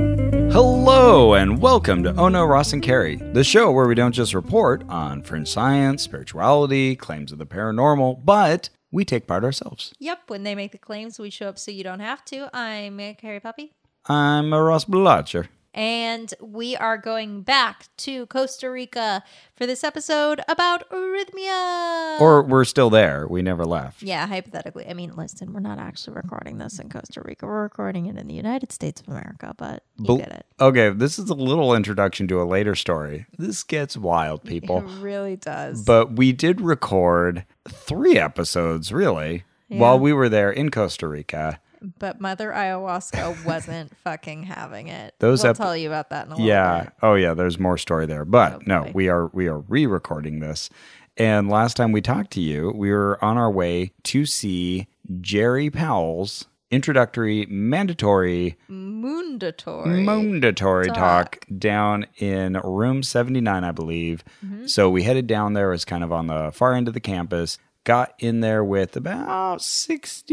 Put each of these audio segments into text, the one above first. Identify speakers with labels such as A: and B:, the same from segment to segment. A: Hello, and welcome to Oh No, Ross and Carrie, the show where we don't just report on fringe science, spirituality, claims of the paranormal, but we take part ourselves.
B: Yep, when they make the claims, we show up so you don't have to. I'm Carrie Puppy.
A: I'm a Ross Blotcher.
B: And we are going back to Costa Rica for this episode about arrhythmia.
A: Or we're still there. We never left.
B: yeah, hypothetically. I mean, listen, we're not actually recording this in Costa Rica. We're recording it in the United States of America, but you
A: Bel-
B: get it.
A: Okay, this is a little introduction to a later story. This gets wild, people.
B: It really does.
A: But we did record three episodes, really,
B: Yeah.
A: while we were there in Costa Rica.
B: but Mother Ayahuasca wasn't fucking having it.
A: Those
B: I'll
A: ep-
B: tell you about that in a little
A: yeah.
B: bit. Oh,
A: Oh yeah, there's more story there. But no,
B: boy.
A: we are we are re-recording this. And last time we talked to you, we were on our way to see Jerry Powell's introductory mandatory
B: Mundatory.
A: mandatory talk. down in room 79, I believe.
B: Mm-hmm.
A: So we headed down there. It was kind of on the far end of the campus. Got in there with about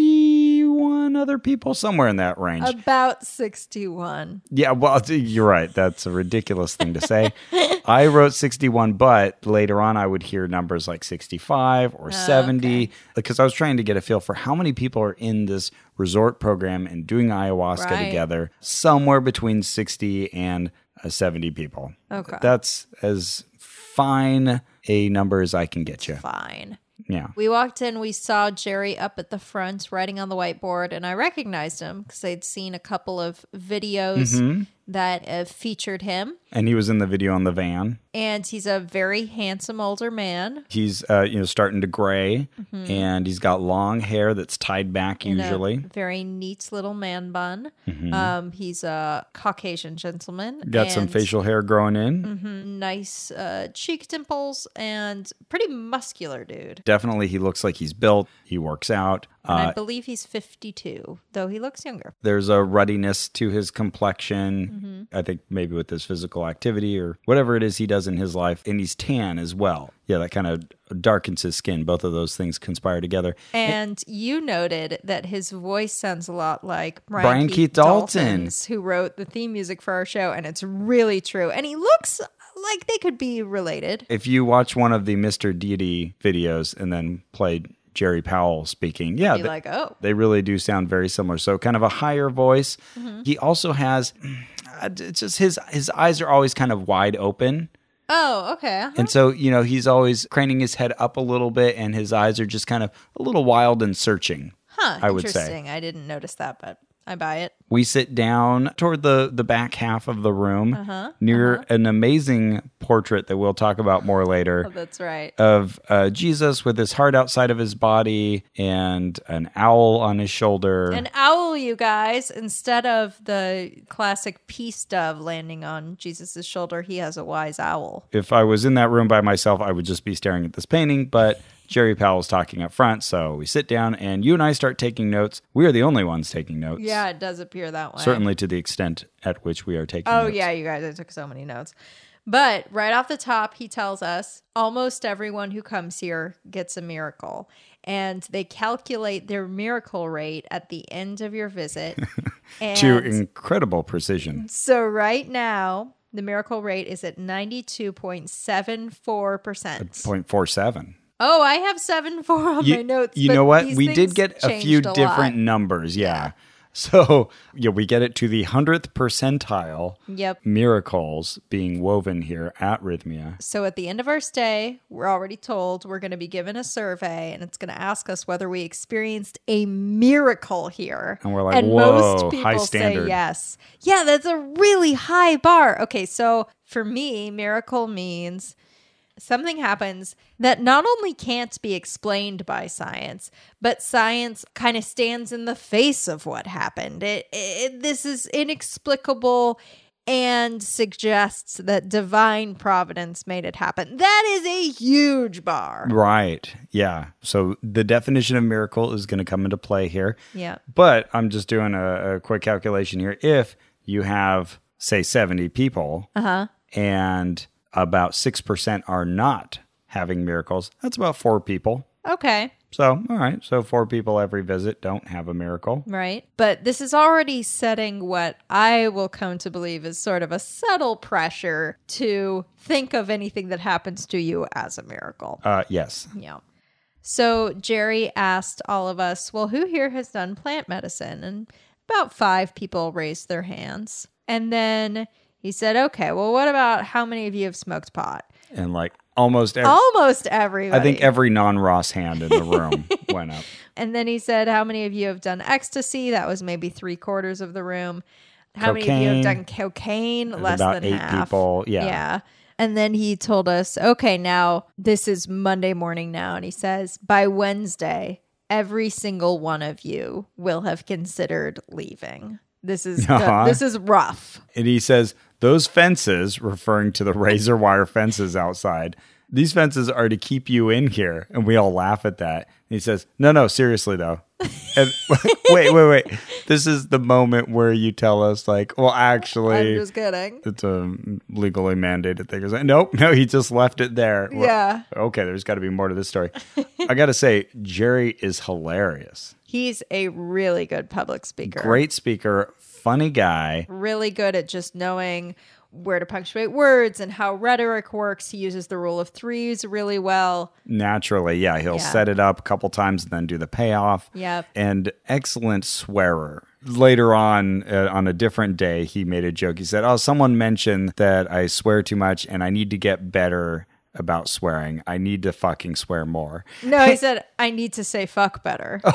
A: 61 other people, somewhere in that range.
B: about 61.
A: Yeah, well, th- you're right. That's a ridiculous thing to say. I wrote 61, but later on I would hear numbers like 65
B: Oh,
A: or 70 because I was trying to get a feel for how many people are in this resort program and doing ayahuasca
B: Right.
A: together, somewhere between 60 and uh, 70 people.
B: Okay.
A: That's as fine a number as I can get you.
B: Fine.
A: Yeah.
B: We walked in, we saw Jerry up at the front writing on the whiteboard, and I recognized him because I'd seen a couple of videos
A: Mm-hmm.
B: that uh, featured him.
A: And he was in the video on the van.
B: And he's a very handsome older man.
A: He's uh, you know starting to gray
B: Mm-hmm.
A: and he's got long hair that's tied back
B: in a
A: usually. Mm-hmm.
B: very neat little man bun. Um, he's a Caucasian gentleman.
A: Got some
B: and Mm-hmm.
A: facial hair growing in.
B: Nice uh, cheek dimples and pretty muscular dude.
A: Definitely, he looks like he's built. He works out.
B: And I
A: Uh,
B: believe he's 52, though he looks younger.
A: there's a ruddiness to his
B: Mm-hmm.
A: complexion. I think maybe with his physical activity or whatever it is he does in his life. And he's tan as well. Yeah, that kind of darkens his skin. Both of those things conspire together.
B: And you noted that his voice sounds a lot like Brian,
A: Brian
B: Keith,
A: Keith Dalton.
B: Dalton's, who wrote the theme music for our show, and it's really true. And he looks like they could be related.
A: If you watch one of the Mr. Deity videos and then play Jerry Powell speaking, yeah,
B: Be
A: th-
B: like, oh,
A: They really do sound very similar. So kind of a higher voice.
B: Mm-hmm.
A: He also has uh, it's just his his eyes are always kind of wide open.
B: oh, okay, uh-huh.
A: And so, you know, he's always craning his head up a little bit and his eyes are just kind of a little wild and searching.
B: huh?
A: I would say.
B: interesting. I didn't notice that, but I buy it.
A: We sit down toward the the back half of the room near an amazing portrait that we'll talk about more later.
B: Oh, that's right.
A: Of uh, Jesus with his heart outside of his body and an owl on his shoulder.
B: An owl, you guys. Instead of the classic peace dove landing on Jesus' shoulder, he has a wise owl.
A: if I was in that room by myself, I would just be staring at this painting. But Jerry Powell's talking up front, so we sit down and you and I start taking notes. We are the only ones taking notes.
B: Yeah, it does appear that way.
A: Certainly to the extent at which we are taking
B: Oh
A: notes.
B: yeah, you guys, I took so many notes. But right off the top, he tells us almost everyone who comes here gets a miracle. And they calculate their miracle rate at the end of your visit. and
A: To incredible precision.
B: so right now, the miracle rate is at 92.74%.
A: 0.47.
B: Oh, I have 74 on
A: You,
B: my notes.
A: you
B: but
A: know what?
B: these
A: We did
B: things
A: get a
B: changed
A: few
B: lot.
A: different numbers. Yeah. So yeah, we get it to the hundredth percentile
B: Yep.
A: miracles being woven here at Rhythmia.
B: So at the end of our stay, we're already told we're going to be given a survey and it's going to ask us whether we experienced a miracle here.
A: And we're like, "Whoa, high standard."
B: say yes. Yeah, that's a really high bar. Okay, so for me, miracle means something happens that not only can't be explained by science, but science kind of stands in the face of what happened. It, it this is inexplicable and suggests that divine providence made it happen. That is a huge bar.
A: Right. Yeah. So the definition of miracle is going to come into play here.
B: Yeah.
A: But I'm just doing a, a quick calculation here. If you have, say, 70 people
B: Uh-huh.
A: and about 6% are not having miracles. That's about four people.
B: Okay.
A: So, all right. So, four people every visit don't have a miracle.
B: Right. But this is already setting what I will come to believe is sort of a subtle pressure to think of anything that happens to you as a miracle.
A: Uh, yes.
B: Yeah. So Jerry asked all of us, well, who here has done plant medicine? And about five people raised their hands. And then he said, okay, well, what about how many of you have smoked pot?
A: And like almost every,
B: Almost everybody.
A: I think every non Ross hand in the room went up.
B: and then he said, how many of you have done ecstasy? That was maybe three quarters of the room. How many of you have done
A: Cocaine.
B: cocaine?
A: There's
B: Less
A: about
B: than
A: eight
B: half.
A: people. Yeah.
B: Yeah. And then he told us, okay, now this is Monday morning now. And he says, by Wednesday, every single one of you will have considered leaving. This is the-
A: Uh-huh.
B: this is rough.
A: And he says, those fences, referring to the razor wire fences outside, these fences are to keep you in here. And we all laugh at that. And he says, no, no, seriously, though. And- wait, wait, wait. This is the moment where you tell us, like, well,
B: I'm
A: actually,
B: just kidding.
A: it's a legally mandated thing. It's like, nope, no, he just left it there. Well,
B: Yeah.
A: Okay, there's got to be more to this story. I got to say, Jerry is hilarious.
B: He's a really good public speaker.
A: Great speaker, funny guy.
B: really good at just knowing where to punctuate words and how rhetoric works. He uses the rule of threes really well.
A: Naturally, yeah. He'll
B: Yeah.
A: set it up a couple times and then do the payoff.
B: Yep.
A: And excellent swearer. Later on, uh, on a different day, he made a joke. He said, Oh, someone mentioned that I swear too much and I need to get better about swearing. I need to fucking swear more.
B: No, he said, I need to say fuck better.
A: Oh.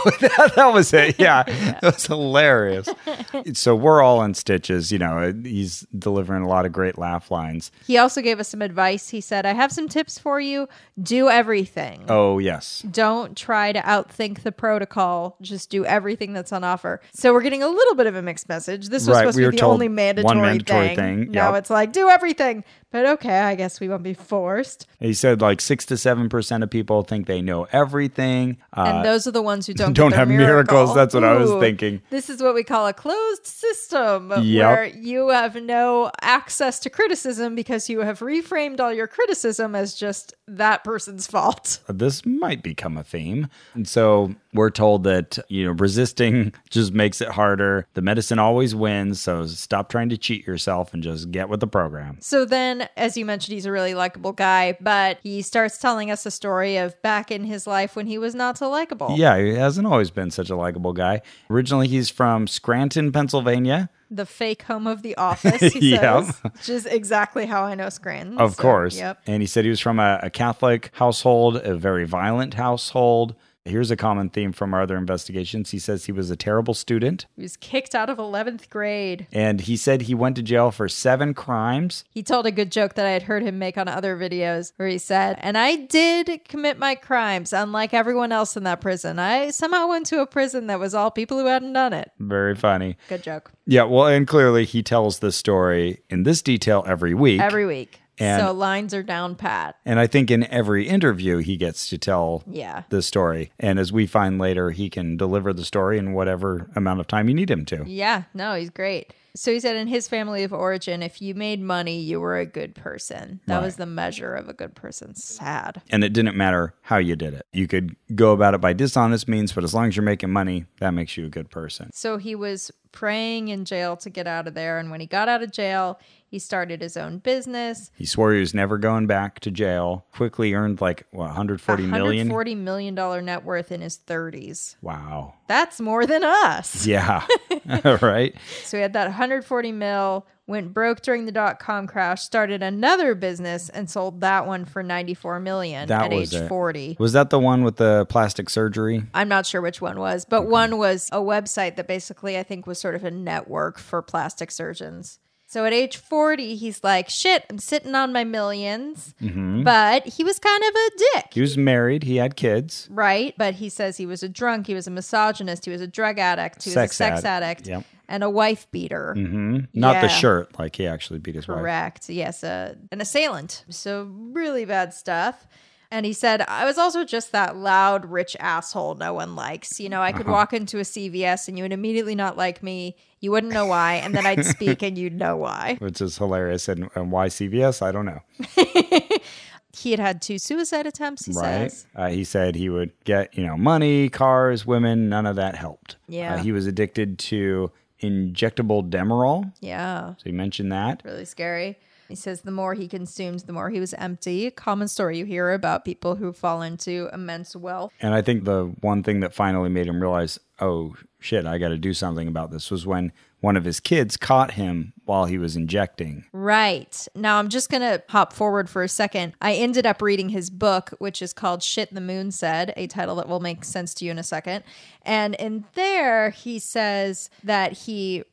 A: that was it. Yeah. That was hilarious. so we're all in stitches. You know, uh, he's delivering a lot of great laugh lines.
B: He also gave us some advice. He said, I have some tips for you. Do everything.
A: Oh, yes.
B: Don't try to outthink the protocol. Just do everything that's on offer. So we're getting a little bit of a mixed message. This was
A: Right,
B: supposed
A: we
B: to
A: were
B: be the
A: told
B: only
A: one
B: mandatory,
A: mandatory
B: thing.
A: thing,
B: Now
A: yep.
B: it's like, do everything. But okay, I guess we won't be forced.
A: He said like six to 7% of people think they know everything.
B: And
A: Uh,
B: those are the ones who don't
A: don't
B: get their
A: have miracles.
B: miracle.
A: That's what I was thinking.
B: This is what we call a closed system,
A: Yep.
B: where you have no access to criticism because you have reframed all your criticism as just that person's fault.
A: this might become a theme. And so we're told that, you know, resisting just makes it harder. The medicine always wins. So stop trying to cheat yourself and just get with the program.
B: So then, as you mentioned, he's a really likable guy, but he starts telling us a story of back in his life when he was not so likable.
A: Yeah, he hasn't always been such a likable guy. Originally, he's from Scranton, Pennsylvania.
B: The fake home of the office, he
A: Yep.
B: says, which is exactly how I know Scranton.
A: Of
B: So,
A: course.
B: Yep.
A: And he said he was from a, a Catholic household, a very violent household. Here's a common theme from our other investigations. He says he was a terrible student.
B: He was kicked out of 11th grade.
A: And he said he went to jail for seven crimes.
B: He told a good joke that I had heard him make on other videos where he said, And I did commit my crimes, unlike everyone else in that prison. I somehow went to a prison that was all people who hadn't done it.
A: Very funny.
B: Good joke.
A: Yeah, well, and clearly he tells this story in this detail every week.
B: Every week.
A: And-
B: so lines are down pat.
A: and I think in every interview he gets to tell
B: Yeah.
A: the story. And as we find later, he can deliver the story in whatever amount of time you need him to.
B: Yeah, no, he's great. So he said in his family of origin, if you made money, you were a good person. That was the measure of a good person. Sad.
A: And it didn't matter how you did it. You could go about it by dishonest means, but as long as you're making money, that makes you a good person.
B: So he was praying in jail to get out of there. And when he got out of jail, he started his own business.
A: He swore he was never going back to jail. Quickly earned like what, 140 million?
B: $140 million dollar net worth in his 30s.
A: Wow.
B: That's more than us.
A: Yeah. right.
B: So he had that 140 mil, went broke during the dot com crash, started another business and sold that one for 94 million
A: That
B: at
A: was
B: age
A: it.
B: 40.
A: Was that the one with the plastic surgery?
B: I'm not sure which one was, but one was a website that basically I think was sort of a network for plastic surgeons. So at age 40, he's like, shit, I'm sitting on my 1000000s
A: Mm-hmm.
B: But he was kind of a dick,
A: He was married, he had kids.
B: right? But he says he was a drunk, he was a misogynist, he was a drug addict, he was a
A: Sex
B: sex addict,
A: addict. Yep. Mm, Mm-hmm.
B: and a wife beater.
A: Not
B: Yeah.
A: the shirt, like he actually beat his wife.
B: Correct. Yes, uh, an assailant. So really bad stuff. And he said, I was also just that loud, rich asshole no one likes. You know, I
A: Uh-huh.
B: could walk into a CVS and you would immediately not like me. You wouldn't know why. And then I'd speak and you'd know why.
A: Which is hilarious. And, and why CVS? I don't know.
B: he had had two suicide attempts, he
A: right?
B: says.
A: Uh, he said he would get, you know, money, cars, women, none of that helped.
B: Yeah.
A: Uh, he was addicted to injectable Demerol.
B: Yeah.
A: So he mentioned that.
B: Really scary. He says the more he consumed, the more he was empty. A common story you hear about people who fall into immense wealth.
A: And I think the one thing that finally made him realize, oh shit, I got to do something about this was when one of his kids caught him while he was injecting.
B: Right. Now I'm just going to hop forward for a second. I ended up reading his book, which is called Shit the Moon Said, a title that will make sense to you in a second. And in there, he says that he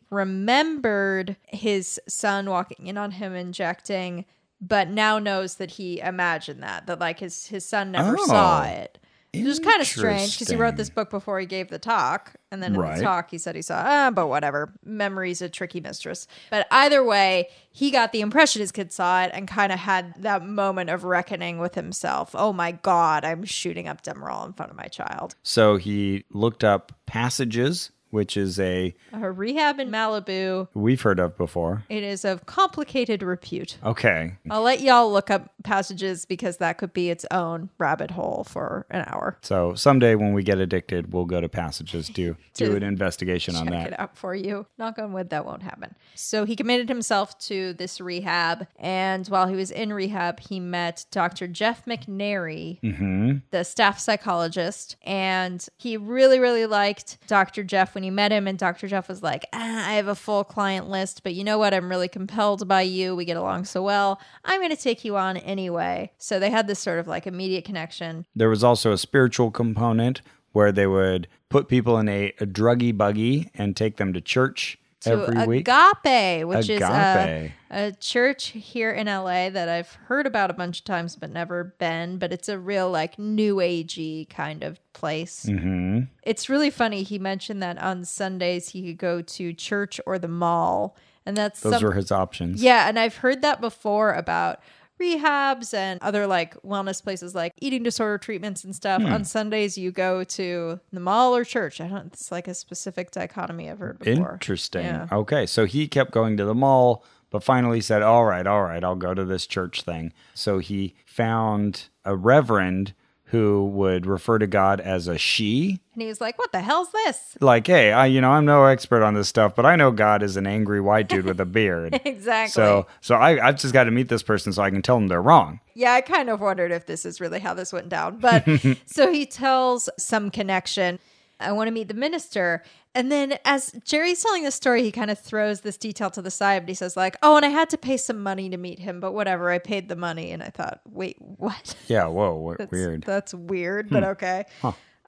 B: remembered his son walking in on him injecting, but now knows that he imagined that, that like his, his son never
A: Oh.
B: saw it. Which is kind of strange because he wrote
A: Interesting.
B: this book before he gave the talk. And then in
A: Right.
B: the talk, he said he saw, ah, but whatever. Memory's a tricky mistress. But either way, he got the impression his kid saw it and kind of had that moment of reckoning with himself. Oh my God, I'm shooting up Demerol in front of my child.
A: So he looked up passages, which is a
B: Her rehab in Malibu,
A: we've heard of before.
B: it is of complicated repute.
A: Okay.
B: I'll let y'all look up passages because that could be its own rabbit hole for an hour.
A: So someday when we get addicted, we'll go to passages to do
B: To
A: an investigation on
B: check
A: that.
B: it out for you. Knock on wood, that won't happen. So he committed himself to this rehab, and while he was in rehab, he met Dr. Jeff McNary, the staff psychologist, and he really, really liked Dr. Jeff when he met him. And Dr. Jeff was like, ah, "I have a full client list, but you know what? I'm really compelled by you. We get along so well. I'm going to take you on anyway." So they had this sort of like immediate connection.
A: There was also a spiritual component where they would put people in a, a druggy buggy and take them to church
B: to
A: every week.
B: Agape, which is
A: Agape.
B: a, a church here in LA that I've heard about a bunch of times but never been. But it's a real like new agey kind of place.
A: hmm
B: It's really funny. He mentioned that on Sundays he could go to church or the mall, and that's
A: Those
B: some-
A: were his options.
B: yeah, and I've heard that before about rehabs and other like wellness places like eating disorder treatments and
A: Hmm.
B: stuff. On Sundays you go to the mall or church. I don't it's like a specific dichotomy I've heard before.
A: Interesting.
B: Yeah.
A: Okay. So he kept going to the mall, but finally said, All right, all right, I'll go to this church thing. So he found a reverend who would refer to God as a she.
B: And he was like, What the hell's this?
A: Like, hey, I you know, I'm no expert on this stuff, but I know God is an angry white dude with a beard.
B: Exactly.
A: So so I, I've just got to meet this person so I can tell them they're wrong.
B: yeah, I kind of wondered if this is really how this went down. But so he tells some connection. I want to meet the minister. And then as Jerry's telling the story, he kind of throws this detail to the side, but he says, like, oh, and I had to pay some money to meet him, but whatever. I paid the money. And I thought, wait, what?
A: Yeah, whoa, what,
B: That's,
A: weird.
B: That's weird, but okay.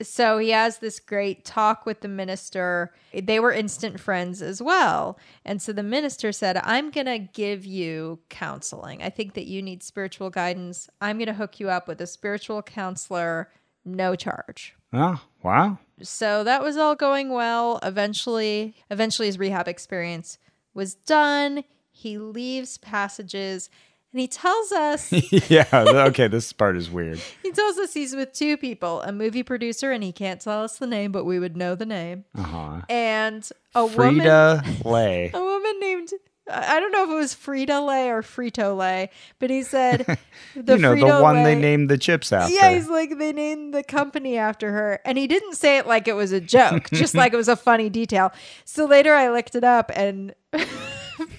B: So he has this great talk with the minister. They were instant friends as well. And so the minister said, I'm going to give you counseling. I think that you need spiritual guidance. I'm going to hook you up with a spiritual counselor, no charge.
A: oh, wow.
B: So that was all going well. Eventually, eventually his rehab experience was done. He leaves passages and he tells us
A: yeah, okay, this part is weird.
B: He tells us he's with two people, a movie producer, and he can't tell us the name, but we would know the name,
A: Uh-huh.
B: and a woman,
A: Frida Lay.
B: a woman named I I don't know if it was Frida Lay or Frito Lay, but he said the
A: you know, the one they
B: Frito-Lay-
A: named the chips after.
B: Yeah, he's like they named the company after her, and he didn't say it like it was a joke, just like it was a funny detail. So later, I looked it up, and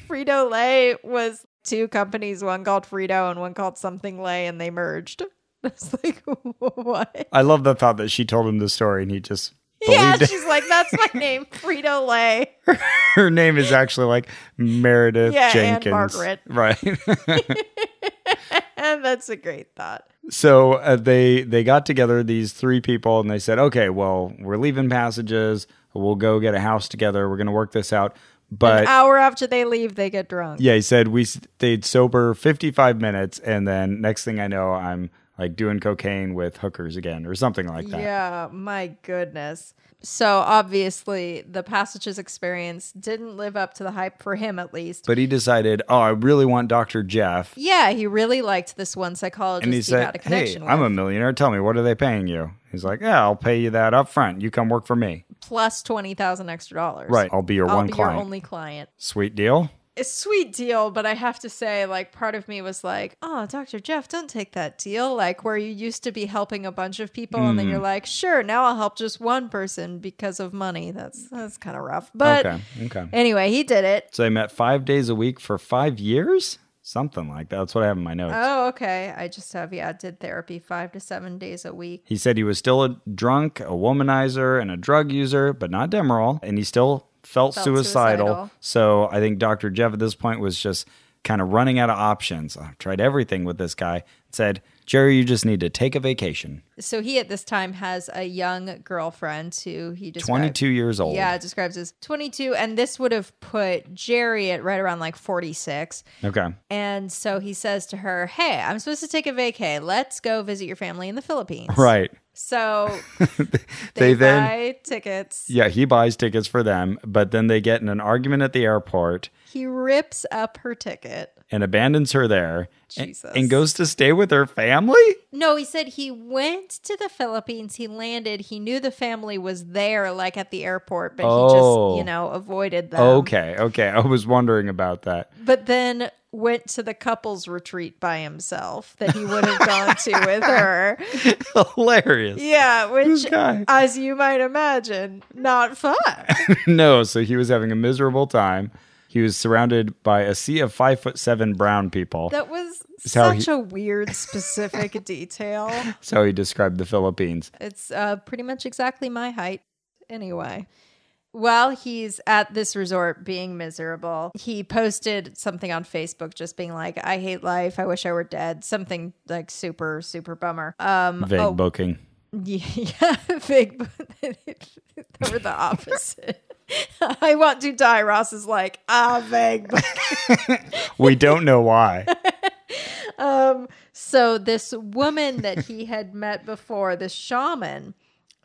B: Frito Lay was two companies, one called Frito and one called something Lay, and they merged. I was like, what?
A: I love the thought that she told him the story and he just
B: Yeah,
A: believed it.
B: she's like, that's my name, Frito Lay.
A: Her name is actually like Meredith
B: Yeah, Anne
A: Jenkins.
B: Margaret.
A: Right.
B: And that's a great thought.
A: so uh, they they got together these three people and they said, "Okay, well, we're leaving passages. We'll go get a house together. We're going to work this out." But
B: An hour after they leave, they get drunk.
A: yeah, he said we stayed sober 55 minutes and then next thing I know, I'm like doing cocaine with hookers again or something like that.
B: Yeah, my goodness. So obviously, the passages experience didn't live up to the hype for him, at least.
A: But he decided, "Oh, I really want Dr. Jeff."
B: Yeah, he really liked this one psychologist.
A: And he,
B: got
A: said, "Hey,
B: a connection with.
A: I'm a millionaire. Tell me, what are they paying you?" He's like, "Yeah, I'll pay you that up front. You come work for me."
B: plus twenty thousand extra dollars.
A: Right. I'll be your
B: I'll
A: one
B: be
A: client.
B: your only client.
A: Sweet deal.
B: a sweet deal, but I have to say, like, part of me was like, oh, Dr. Jeff, don't take that deal. Like, where you used to be helping a bunch of people, and then you're like, sure, now I'll help just one person because of money. That's that's kind of rough. But
A: okay. Okay.
B: anyway, he did it.
A: So they met five days a week for five years? Something like that. That's what I have in my notes.
B: Oh, okay. I just have, yeah, did therapy five to seven days a week.
A: He said he was still a drunk, a womanizer, and a drug user, but not Demerol, and he still felt,
B: Felt
A: suicidal.
B: suicidal.
A: So I think Dr. Jeff at this point was just kind of running out of options. I've tried everything with this guy. Said, Jerry, you just need to take a vacation.
B: So he at this time has a young girlfriend who he described.
A: 22 years old.
B: Yeah, describes as 22. And this would have put Jerry at right around like 46.
A: Okay.
B: And so he says to her, Hey, I'm supposed to take a vacay. Let's go visit your family in the Philippines.
A: Right.
B: So
A: They
B: they,
A: then-
B: buy tickets.
A: Yeah, he buys tickets for them, but then they get in an argument at the airport
B: He rips up her ticket.
A: and abandons her there and-
B: Jesus.
A: and goes to stay with her family?
B: No, he said he went to the Philippines. He landed. He knew the family was there, like at the airport, but he
A: Oh.
B: just, you know, avoided them.
A: Okay, okay. I was wondering about that.
B: But then went to the couple's retreat by himself that he would have gone to with her.
A: Hilarious.
B: Yeah,
A: This
B: which,
A: guy.
B: as you might imagine, not fun.
A: no, so he was having a miserable time. He was surrounded by a sea of five foot seven brown people.
B: That was
A: how he-
B: such a weird, specific detail.
A: That's how he described the Philippines.
B: It's uh, pretty much exactly my height. Anyway, while he's at this resort being miserable, he posted something on Facebook just being like, I hate life. I wish I were dead. Something like super, super bummer. Um,
A: Vague
B: oh,
A: booking.
B: yeah, vague. book. they were the opposite. I want to die. Ross is like, ah, vague. book."
A: We don't know why.
B: Um, so this woman that he had met before, this shaman,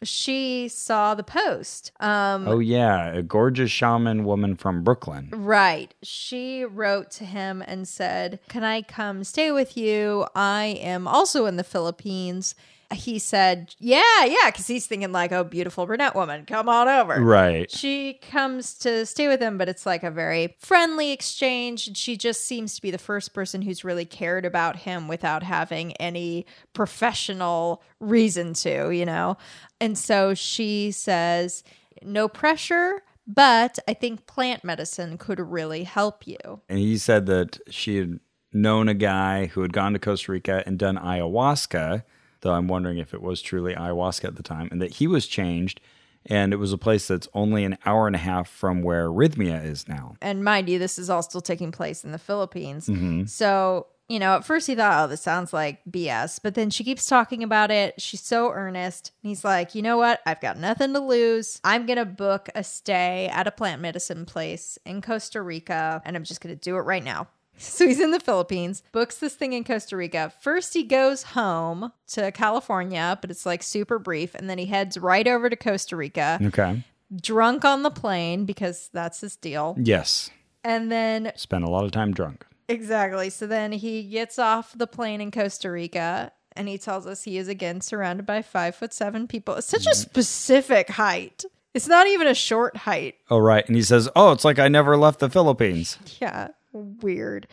B: she saw the post. Um,
A: Oh, yeah. A gorgeous shaman woman from Brooklyn.
B: right. She wrote to him and said, "Can I come stay with you? I am also in the Philippines." He said, "Yeah, yeah," because he's thinking like, "Oh, beautiful brunette woman, come on over."
A: Right.
B: She comes to stay with him, but it's like a very friendly exchange. And she just seems to be the first person who's really cared about him without having any professional reason to, you know? And so she says, No pressure, but I think plant medicine could really help you.
A: And he said that she had known a guy who had gone to Costa Rica and done ayahuasca, though I'm wondering if it was truly ayahuasca at the time, and that he was changed. And it was a place that's only an hour and a half from where Rhythmia is now.
B: And mind you, this is all still taking place in the Philippines. So, you know, at first he thought, oh, this sounds like BS. But then she keeps talking about it. She's so earnest. And he's like, you know what? I've got nothing to lose. I'm going to book a stay at a plant medicine place in Costa Rica. And I'm just going to do it right now. So he's in the Philippines, books this thing in Costa Rica. First, he goes home to California, but it's like super brief. And then he heads right over to Costa Rica,
A: Okay.
B: drunk on the plane because that's his deal.
A: Yes.
B: And then
A: Spent a lot of time drunk.
B: Exactly. So then he gets off the plane in Costa Rica and he tells us he is again surrounded by five foot seven people. It's such a
A: Mm-hmm.
B: specific height. It's not even a short height.
A: Oh, right. And he says, Oh, it's like I never left the Philippines.
B: Yeah. Weird.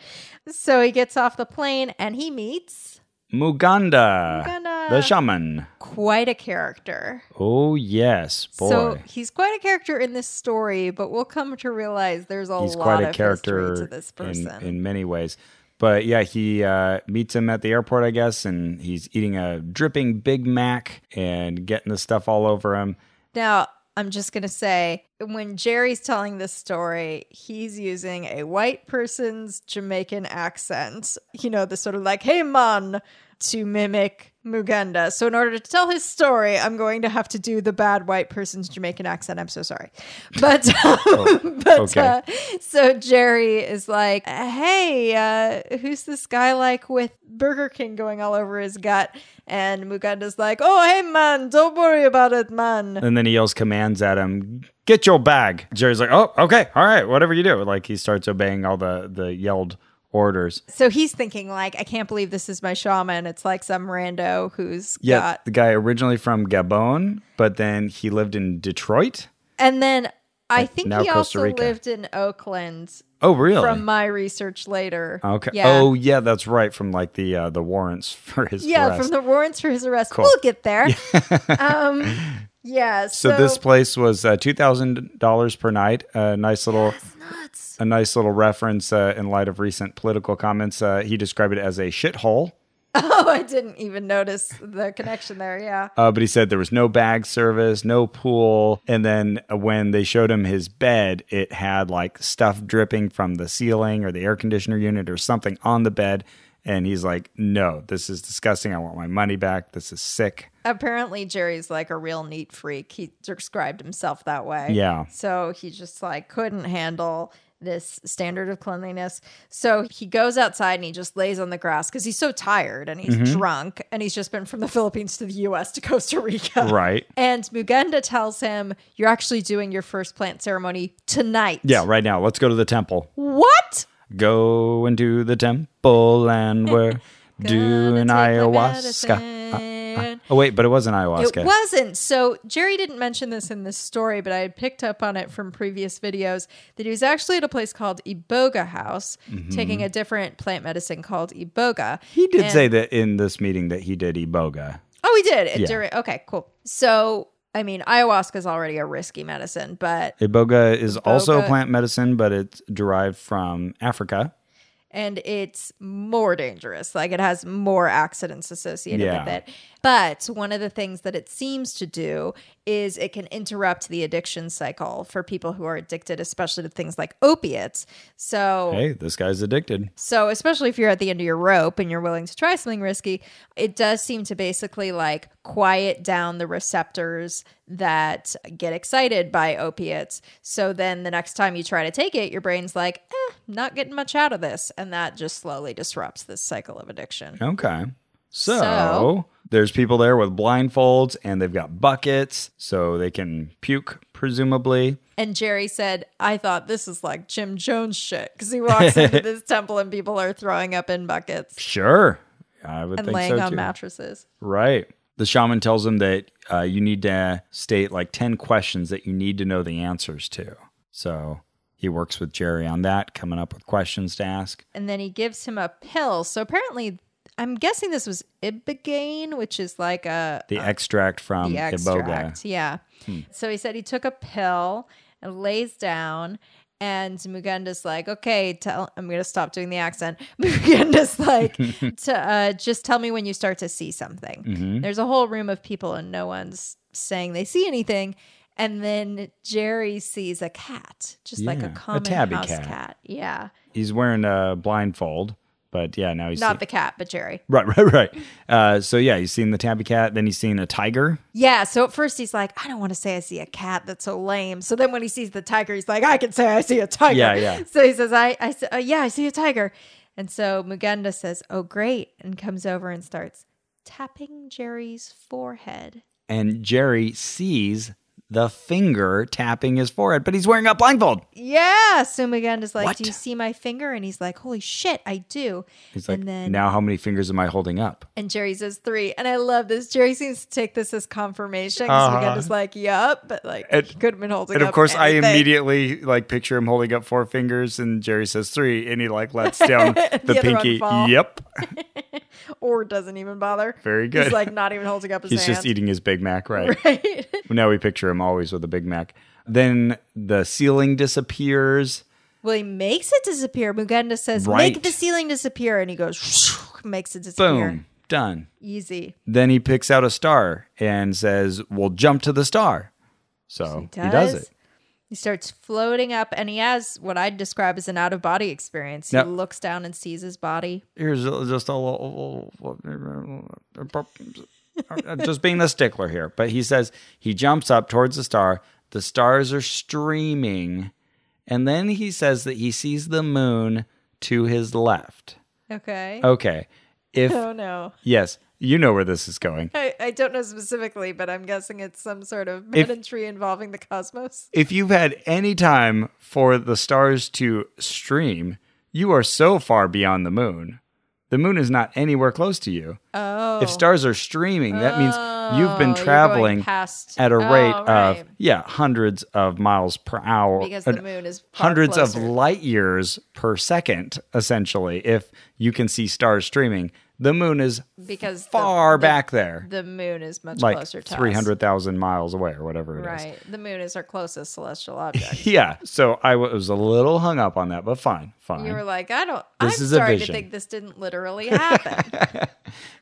B: So he gets off the plane and he meets
A: Muganda,
B: Muganda.
A: Ah, the shaman.
B: quite a character.
A: Oh, yes. Boy.
B: So he's quite a character in this story, but we'll come to realize there's a
A: He's
B: lot
A: quite a
B: of
A: character
B: history to this person.
A: In, in many ways. But yeah, he uh, meets him at the airport, I guess, and he's eating a dripping Big Mac and getting the stuff all over him.
B: Now, I'm just going to say when Jerry's telling this story, he's using a white person's Jamaican accent, you know, the sort of like, hey, man, to mimic Muganda. So, in order to tell his story, I'm going to have to do the bad white person's Jamaican accent. I'm so sorry. But, but
A: okay.
B: uh, so Jerry is like, hey, uh, who's this guy like with Burger King going all over his gut? And Muganda's like, oh, hey, man, don't worry about it, man.
A: And then he yells commands at him, Get your bag. Jerry's like, Oh, okay. All right. Whatever you do. Like he starts obeying all the, the yelled orders.
B: So he's thinking like, I can't believe this is my shaman. It's like some rando who's
A: Yeah,
B: got.
A: the guy originally from Gabon, but then he lived in Detroit.
B: And then I think
A: now
B: he
A: Costa
B: also
A: Rica.
B: lived in Oakland
A: Oh, really?
B: from my research later.
A: okay.
B: Yeah.
A: Oh, yeah, that's right. From like the uh, the warrants for his
B: yeah,
A: arrest.
B: from the warrants for his arrest.
A: Cool.
B: We'll get there. um, yeah.
A: so,
B: So,
A: this place was uh, two thousand dollars per night. A nice little
B: That's nuts.
A: a nice little reference uh, in light of recent political comments. Uh, he described it as a shithole.
B: Oh, I didn't even notice the connection there. Yeah.
A: Uh, but he said there was no bag service, no pool. And then uh, when they showed him his bed, it had like stuff dripping from the ceiling or the air conditioner unit or something on the bed. And he's like, no, this is disgusting. I want my money back. This is sick.
B: Apparently, Jerry's like a real neat freak. He described himself that way.
A: Yeah.
B: So he just like couldn't handle this standard of cleanliness. So he goes outside and he just lays on the grass because he's so tired and
A: Mm-hmm.
B: he's drunk and he's just been from the Philippines to the US to Costa Rica.
A: Right.
B: And Mugenda tells him, You're actually doing your first plant ceremony tonight.
A: Yeah, right now. Let's go to the temple.
B: What?
A: Go into the temple and we're doing ayahuasca. Oh, wait, but it wasn't ayahuasca.
B: It wasn't. So Jerry didn't mention this in this story, but I had picked up on it from previous videos that he was actually at a place called Iboga House, taking a different plant medicine called Iboga.
A: Mm-hmm. He did
B: And-
A: say that in this meeting that he did Iboga.
B: Oh, he did. it
A: Yeah.
B: During, okay, cool. So, I mean, ayahuasca is already a risky medicine, but
A: Iboga is also
B: Iboga.
A: a plant medicine, but it's derived from Africa.
B: and it's more dangerous. Like it has more accidents associated with
A: Yeah.
B: it. But one of the things that it seems to do is it can interrupt the addiction cycle for people who are addicted, especially to things like opiates. So
A: Hey, this guy's addicted.
B: So, especially if you're at the end of your rope and you're willing to try something risky, it does seem to basically like quiet down the receptors that get excited by opiates. So then the next time you try to take it, your brain's like, eh, not getting much out of this. And that just slowly disrupts this cycle of addiction.
A: Okay. So,
B: So-
A: there's people there with blindfolds and they've got buckets so they can puke, presumably.
B: And Jerry said, I thought this is like Jim Jones shit because he walks into this temple and people are throwing up in buckets
A: Sure. I would
B: and
A: think
B: laying
A: so
B: on
A: too.
B: mattresses.
A: Right. The shaman tells him that uh, you need to state like 10 questions that you need to know the answers to. So he works with Jerry on that, coming up with questions to ask.
B: and then he gives him a pill. So apparently, I'm guessing this was ibogaine, which is like a
A: The extract from
B: Ah. the
A: Iboga. Hmm.
B: extract. Yeah. So he said he took a pill and lays down. And Mugenda's like, okay, tell, I'm going to stop doing the accent. Mugenda's like, to, uh, just tell me when you start to see something.
A: Mm-hmm.
B: There's a whole room of people and no one's saying they see anything. And then Jerry sees a cat, just like
A: Yeah,
B: a
A: a
B: common
A: tabby
B: house
A: cat.
B: cat. Yeah.
A: He's wearing a blindfold, but yeah, now he's
B: Not the cat, but Jerry.
A: Right, right, right. Uh, so yeah, he's seen the tabby cat, then he's seen a tiger.
B: Yeah, so at first he's like, I don't want to say I see a cat. That's so lame. So then when he sees the tiger, he's like, I can say I see a tiger.
A: Yeah, yeah.
B: So he says, I, I, s- uh, yeah, I see a tiger. And so Mugenda says, Oh, great, and comes over and starts tapping Jerry's forehead.
A: And Jerry sees the finger tapping his forehead, but he's wearing a blindfold.
B: Yeah. So Mugenda's like,
A: What?
B: Do you see my finger? And he's like, Holy shit, I do.
A: He's like,
B: and then
A: now how many fingers am I holding up?
B: and Jerry says three. And I love this. Jerry seems to take this as confirmation.
A: Uh-huh.
B: Mugenda's like, Yup, but like
A: And-
B: he could have been holding
A: And of
B: up
A: course,
B: anything.
A: I immediately like picture him holding up four fingers, and Jerry says three, and he like lets down the,
B: The other one
A: pinky.
B: fall.
A: Yep,
B: or doesn't even bother.
A: Very good.
B: He's like not even holding up his
A: he's
B: hand.
A: just eating his Big Mac, right?
B: Right.
A: now we picture him always with a Big Mac. Then the ceiling disappears.
B: well, he makes it disappear. Mugenda says, "Make
A: Right.
B: the ceiling disappear," and he goes, makes it disappear.
A: Boom, done.
B: Easy.
A: then he picks out a star and says, "We'll jump to the star." So he does it.
B: He starts floating up, and he has what I'd describe as an out of body experience. He
A: Yep.
B: looks down and sees his body.
A: Here's just a little, just being the stickler here, but he says he jumps up towards the star. The stars are streaming, and then he says that he sees the moon to his left.
B: Okay.
A: Okay, if
B: Oh no,
A: yes, you know where this is going.
B: I, I don't know specifically, but I'm guessing it's some sort of
A: If-
B: pedantry involving the cosmos.
A: if you've had any time for the stars to stream, you are so far beyond the moon. The moon is not anywhere close to you.
B: Oh,
A: If stars are streaming, that means you've
B: you're
A: been
B: going
A: traveling
B: past
A: at a
B: Oh,
A: rate
B: right.
A: of yeah, hundreds of miles per hour.
B: because
A: uh,
B: the moon is far
A: hundreds of
B: closer.
A: light years per second essentially if you can see stars streaming. The moon is
B: because the-
A: far
B: the-
A: back there.
B: The moon is much
A: Like
B: closer to us.
A: 300,000 miles away or whatever it is.
B: Right. The moon is our closest celestial object.
A: Yeah. So I was a little hung up on that, but fine, fine.
B: you were like, I don't.
A: This
B: I'm
A: is a
B: starting to
A: vision.
B: think this didn't literally happen.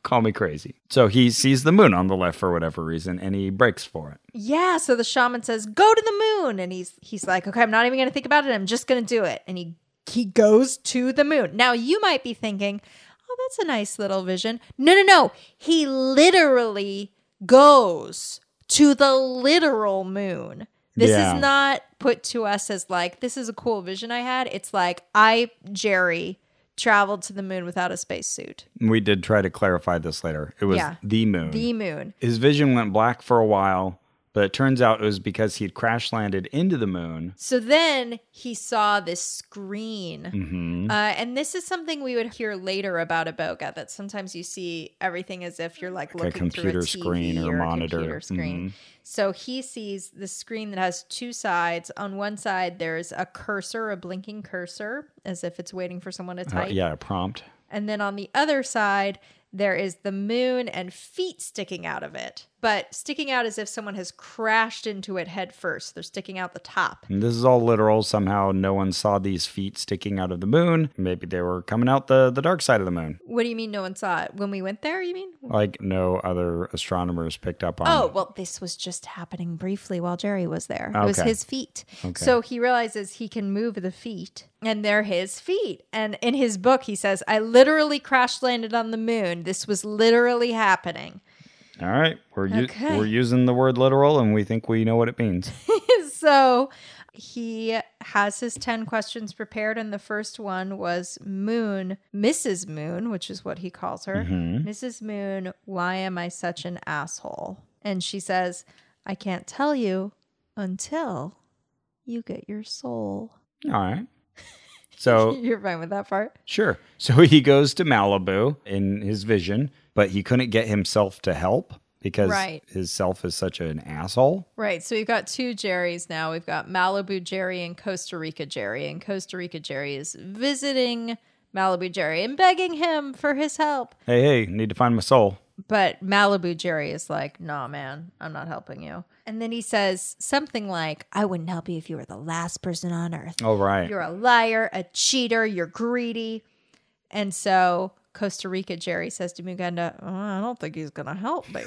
A: Call me crazy. So he sees the moon on the left for whatever reason, and he breaks for it.
B: yeah. So the shaman says, "Go to the moon," and he's he's like, "Okay, I'm not even going to think about it. I'm just going to do it." And he he goes to the moon. Now you might be thinking, "Oh, that's a nice little vision." No, no, no. He literally goes to the literal moon. This
A: Yeah.
B: is not put to us as like this is a cool vision I had. It's like I Jerry traveled to the moon without a spacesuit.
A: We did try to clarify this later. It was
B: Yeah.
A: the moon.
B: The moon.
A: His vision went black for a while, but it turns out it was because he'd crash landed into the moon.
B: So then he saw this screen.
A: Mm-hmm.
B: Uh, and this is something we would hear later about a boga that sometimes you see everything as if you're like
A: a
B: looking
A: computer
B: through a TV
A: screen or
B: or, a
A: monitor. Mm-hmm.
B: computer screen. So he sees the screen that has two sides. On one side, there's a cursor, a blinking cursor, as if it's waiting for someone to
A: Uh,
B: type.
A: yeah, a prompt.
B: And then on the other side, there is the moon and feet sticking out of it, but sticking out as if someone has crashed into it head first. They're sticking out the top.
A: And this is all literal. Somehow no one saw these feet sticking out of the moon. Maybe they were coming out the, the dark side of the moon.
B: What do you mean no one saw it? When we went there, you mean?
A: Like no other astronomers picked up on.
B: Oh, well, this was just happening briefly while Jerry was there. It was
A: Okay.
B: his feet. So he realizes he can move the feet, and they're his feet. And in his book, he says, I literally crash landed on the moon. This was literally happening.
A: All right. We're, u-
B: Okay.
A: we're using the word literal and we think we know what it means.
B: so he has his 10 questions prepared and the first one was moon mrs moon which is what he calls her
A: Mm-hmm.
B: mrs moon why am i such an asshole and she says i can't tell you until you get your soul
A: All right. So
B: you're fine with that part
A: Sure. So he goes to Malibu in his vision, but he couldn't get himself to help because
B: Right.
A: his self is such an asshole.
B: right so we've got two jerrys now we've got malibu jerry and costa rica jerry and costa rica jerry is visiting malibu jerry and begging him for his help
A: Hey, hey, need to find my soul.
B: But Malibu Jerry is like, nah, man, I'm not helping you. And then he says something like, I wouldn't help you if you were the last person on earth.
A: All right.
B: You're a liar, a cheater, you're greedy. And so Costa Rica Jerry says to Muganda, "Uh, I don't think he's going to help me.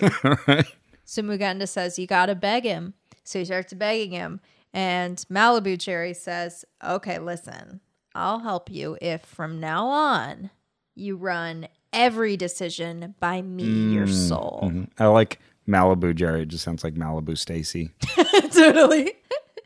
B: so Muganda says, You got to beg him. So he starts begging him. And Malibu Jerry says, Okay, listen, I'll help you if from now on you run every decision by me, your soul.
A: Mhm. I like Malibu Jerry. It just sounds like Malibu Stacy.
B: totally.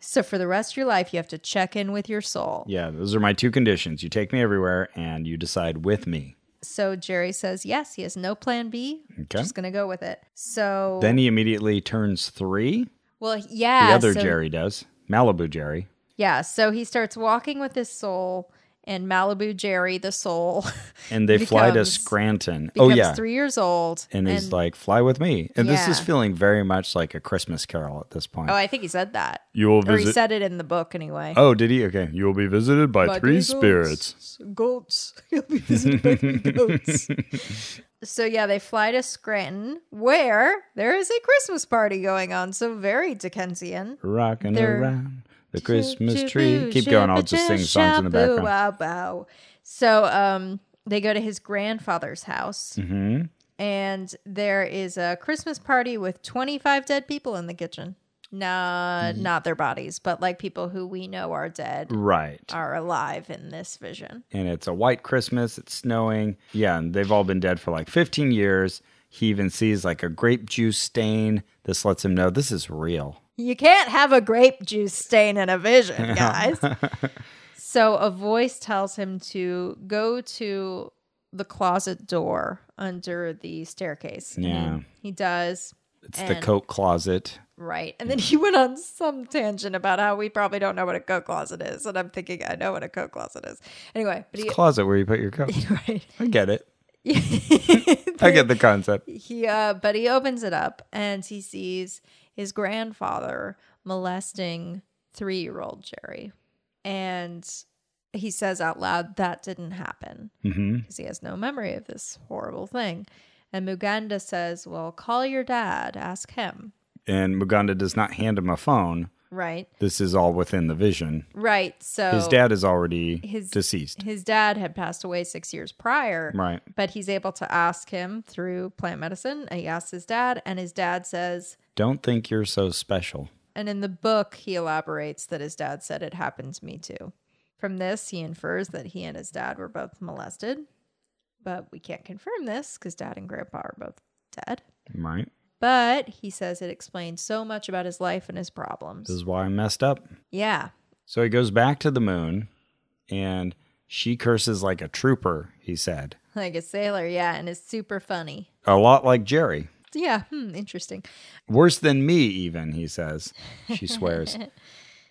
B: so for the rest of your life, you have to check in with your soul.
A: Yeah, those are my two conditions. You take me everywhere and you decide with me.
B: So Jerry says yes. He has no plan B.
A: Okay.
B: Just gonna go with it. So
A: Then he immediately turns three.
B: well,
A: The
B: yeah.
A: other
B: so-
A: Jerry does. Malibu Jerry.
B: Yeah. So he starts walking with his soul, and Malibu Jerry, the soul,
A: And they fly to
B: Becomes-
A: Scranton. Oh,
B: becomes
A: yeah.
B: three years old.
A: and he's like, fly with me. And this is
B: Yeah.
A: feeling very much like a Christmas carol at this point.
B: oh, I think he said that,
A: You will
B: or he said it in the book anyway.
A: Oh, did he? Okay. You will be visited by, three spirits.
B: Goats. You'll be visited by three goats. so yeah, they fly to Scranton, where there is a Christmas party going on. So very Dickensian.
A: Rocking
B: They're-
A: around the Christmas tree. Keep going. I'll just sing songs in the background.
B: Wow, wow. So um, they go to his grandfather's house,
A: hmm
B: and there is a Christmas party with 25 dead people in the kitchen. Nah, not their bodies, but like people who we know are dead
A: Mm-hmm. Right.
B: are alive in this vision.
A: And it's a white Christmas. It's snowing. Yeah. And they've all been dead for like 15 years. He even sees like a grape juice stain. This lets him know this is real.
B: You can't have a grape juice stain in a vision, guys. so a voice tells him to go to the closet door under the staircase. And
A: Yeah.
B: He does.
A: It's the
B: And-
A: coat closet.
B: Right. And then he went on some tangent about how we probably don't know what a coat closet is. And I'm thinking, I know what a coat closet is. Anyway, but he,
A: Closet where you put your coat.
B: right.
A: I get it. I get the concept.
B: he uh but he opens it up and he sees his grandfather molesting three-year-old jerry and he says out loud that didn't happen
A: hmm
B: because he has no memory of this horrible thing and muganda says well call your dad ask him
A: And Muganda does not hand him a phone.
B: right
A: This is all within the vision.
B: right so
A: His dad is already
B: Oh. His-
A: deceased.
B: his dad had passed away six years prior
A: Right.
B: but he's able to ask him through plant medicine he asks his dad and his dad says
A: Don't think you're so special.
B: And in the book, he elaborates that his dad said it happened to me too. From this, he infers that he and his dad were both molested, but we can't confirm this because dad and grandpa are both dead.
A: Right.
B: But he says it explains so much about his life and his problems.
A: This is why I messed up.
B: yeah.
A: So he goes back to the moon and she curses like a trooper, he said.
B: Like a sailor. Yeah. And it's super funny.
A: A lot like Jerry.
B: Yeah. Hmm. Interesting.
A: Worse than me, even, he says. She swears.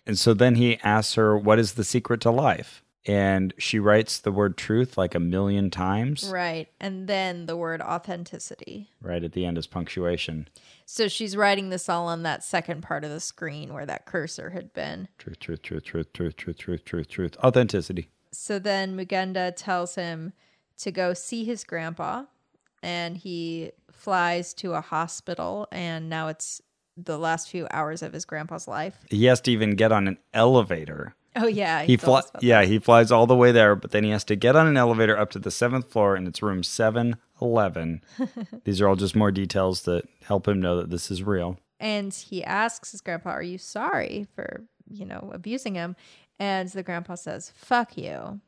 A: and so then he asks her, What is the secret to life? And she writes the word truth like a million times. Right,
B: Right. And then the word authenticity.
A: at the end is punctuation.
B: So she's writing this all on that second part of the screen where that cursor had been.
A: Truth, truth, truth, truth, truth, truth, truth, truth, truth. Authenticity.
B: So then Mugenda tells him to go see his grandpa, and he flies to a hospital. And now it's the last few hours of his grandpa's life.
A: He has to even get on an elevator.
B: Oh yeah,
A: He
B: told
A: fly,
B: us about
A: yeah, he flies all the way there, but then he has to get on an elevator up to the seventh floor, and it's room seven eleven. These are all just more details that help him know that this is real.
B: that. And he asks his grandpa, "Are you sorry for you know abusing him?" And the grandpa says, "Fuck you."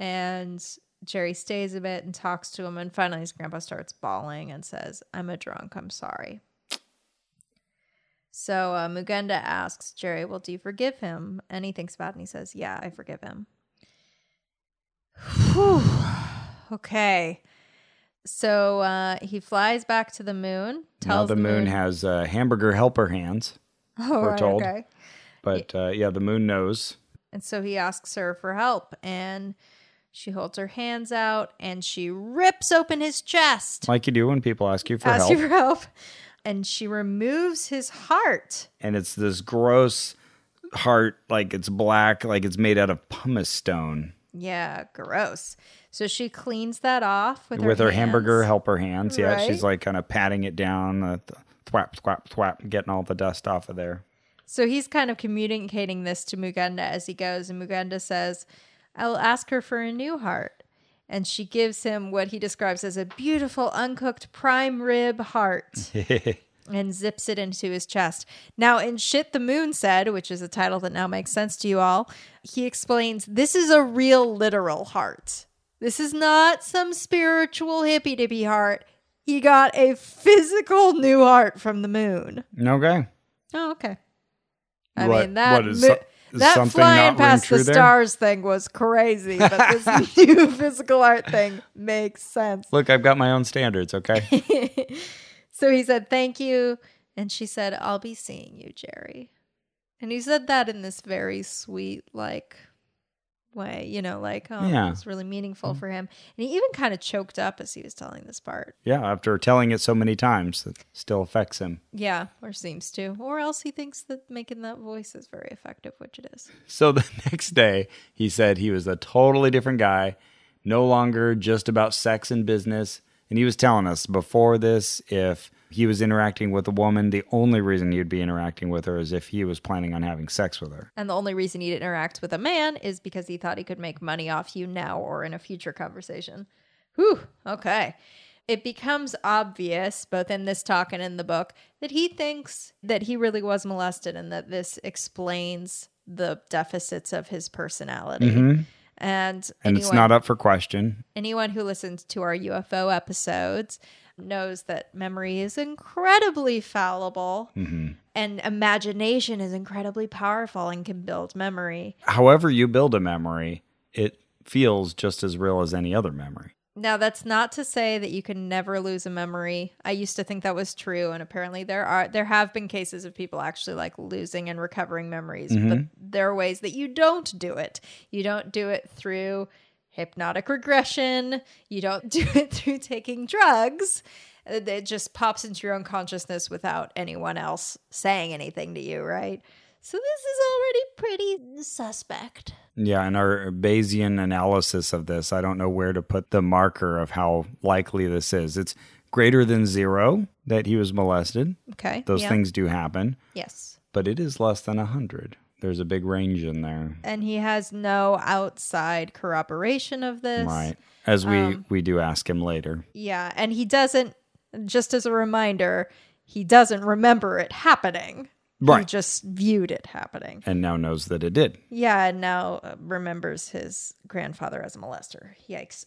B: And Jerry stays a bit and talks to him, and finally his grandpa starts bawling and says, "I'm a drunk. I'm sorry." So uh, Mugenda asks Jerry, Well, do you forgive him? And he thinks about it and he says, Yeah, I forgive him. Whew. Okay. So uh, he flies back to the moon.
A: Now
B: Tells
A: the moon, has uh, hamburger helper hands,
B: oh,
A: we're
B: right,
A: told.
B: okay.
A: but uh, yeah, the moon knows.
B: And so he asks her for help. And she holds her hands out and she rips open his chest.
A: Like you do when people ask you for
B: asks
A: help.
B: you for help. And she removes his heart.
A: and it's this gross heart, like it's black, like it's made out of pumice stone
B: Yeah, gross. So she cleans that off with her,
A: with her
B: hands.
A: hamburger helper hands. Yeah,
B: Right.
A: she's like kind of patting it down, uh, th- thwap, thwap, thwap, getting all the dust off of there.
B: So he's kind of communicating this to Muganda as he goes, and Muganda says, I'll ask her for a new heart. And she gives him what he describes as a beautiful, uncooked prime rib heart and zips it into his chest. Now, in Shit the Moon Said, which is a title that now makes sense to you all, he explains this is a real literal heart. This is not some spiritual hippy dippy heart. He got a physical new heart from the moon.
A: okay.
B: Oh, okay. I
A: What-
B: mean that
A: what is
B: mo-
A: so- is
B: that
A: something
B: flying
A: not ring
B: past the
A: true there?
B: stars thing was crazy, but this new physical art thing makes sense.
A: Look, I've got my own standards, okay?
B: So he said, "Thank you," and she said, "I'll be seeing you, Jerry." And he said that in this very sweet, like way, you know, like oh,
A: Yeah.
B: it was really meaningful for him. And he even kind of choked up as he was telling this part.
A: yeah, after telling it so many times, it still affects him.
B: Yeah, or seems to, or else he thinks that making that voice is very effective, which it is.
A: So the next day, he said he was a totally different guy, no longer just about sex and business. And he was telling us before this if he was interacting with a woman, the only reason he'd be interacting with her is if he was planning on having sex with her.
B: And the only reason he'd interact with a man is because he thought he could make money off you now or in a future conversation. Whew, okay. It becomes obvious, both in this talk and in the book, that he thinks that he really was molested and that this explains the deficits of his personality. And,
A: Mm-hmm. And it's not up for question.
B: Anyone who listens to our UFO episodes knows that memory is incredibly fallible and imagination is incredibly powerful and can build memory.
A: However, you build a memory, it feels just as real as any other memory.
B: Now, that's not to say that you can never lose a memory. I used to think that was true, and apparently there are there have been cases of people actually like losing and recovering memories, but there are ways that you don't do it. You don't do it through hypnotic regression. You don't do it through taking drugs. It just pops into your own consciousness without anyone else saying anything to you, right? So this is already pretty suspect.
A: Yeah, in our Bayesian analysis of this, I don't know where to put the marker of how likely this is. It's greater than zero that he was molested.
B: Okay.
A: Those
B: yeah.
A: things do happen,
B: Yes.
A: but it is less than 100. There's a big range in there.
B: And he has no outside corroboration of this.
A: Right. As we, we do ask him later.
B: Yeah. And he doesn't, just as a reminder, he doesn't remember it happening. He
A: Right.
B: just viewed it happening.
A: And now knows that it did.
B: Yeah, and now uh, remembers his grandfather as a molester. Yikes.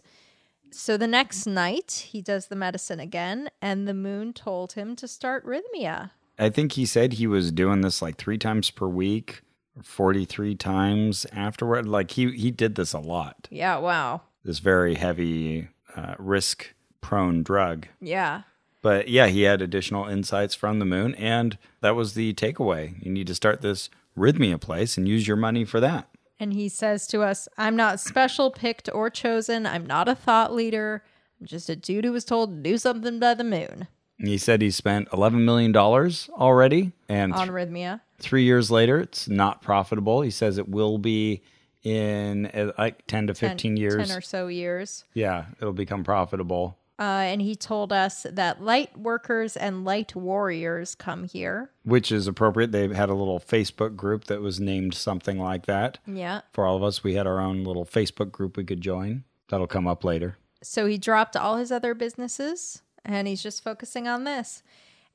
B: So the next night, he does the medicine again, and the moon told him to start rhythmia.
A: I think he said he was doing this like three times per week, 43 times afterward. Like he, he did this a lot,
B: Yeah, wow.
A: this very heavy, uh, risk prone drug.
B: Yeah.
A: But yeah, he had additional insights from the moon, and that was the takeaway. You need to start this rhythmia place and use your money for that.
B: And he says to us, I'm not special, picked, or chosen. I'm not a thought leader. I'm just a dude who was told to do something by the moon
A: And He said he spent eleven million dollars already, and th-
B: on rhythmia.
A: three years later, it's not profitable. He says it will be in uh, like ten to
B: 10
A: fifteen years.
B: 10 or so years.
A: yeah, it'll become profitable.
B: Uh, and he told us that light workers and light warriors come here.
A: Which is appropriate. They had a little Facebook group that was named something like that.
B: Yeah.
A: For all of us, we had our own little Facebook group we could join. That'll come up later.
B: so he dropped all his other businesses and he's just focusing on this.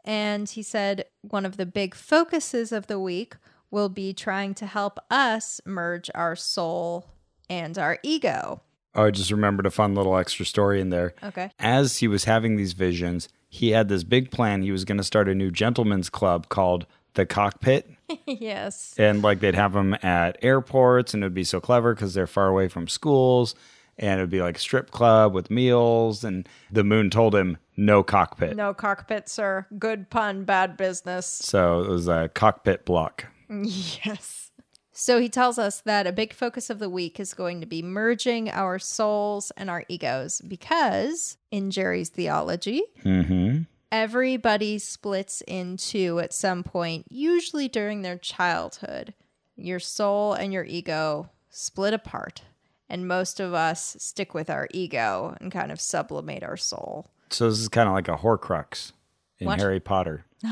B: And he said one of the big focuses of the week will be trying to help us merge our soul and our ego.
A: Oh, I just remembered a fun little extra story in there.
B: Okay.
A: As he was having these visions, he had this big plan. He was going to start a new gentleman's club called the Cockpit,
B: yes.
A: and like they'd have them at airports, and it'd be so clever because they're far away from schools, and it'd be like strip club with meals. And the moon told him no cockpit,
B: No cockpit, sir. Good pun, bad business.
A: so it was a cockpit block.
B: Yes. So he tells us that a big focus of the week is going to be merging our souls and our egos because, in Jerry's theology,
A: Mm-hmm.
B: everybody splits in two at some point, usually during their childhood. Your soul and your ego split apart. And most of us stick with our ego and kind of sublimate our soul.
A: So this is kind of like a Horcrux in
B: What?
A: Harry Potter.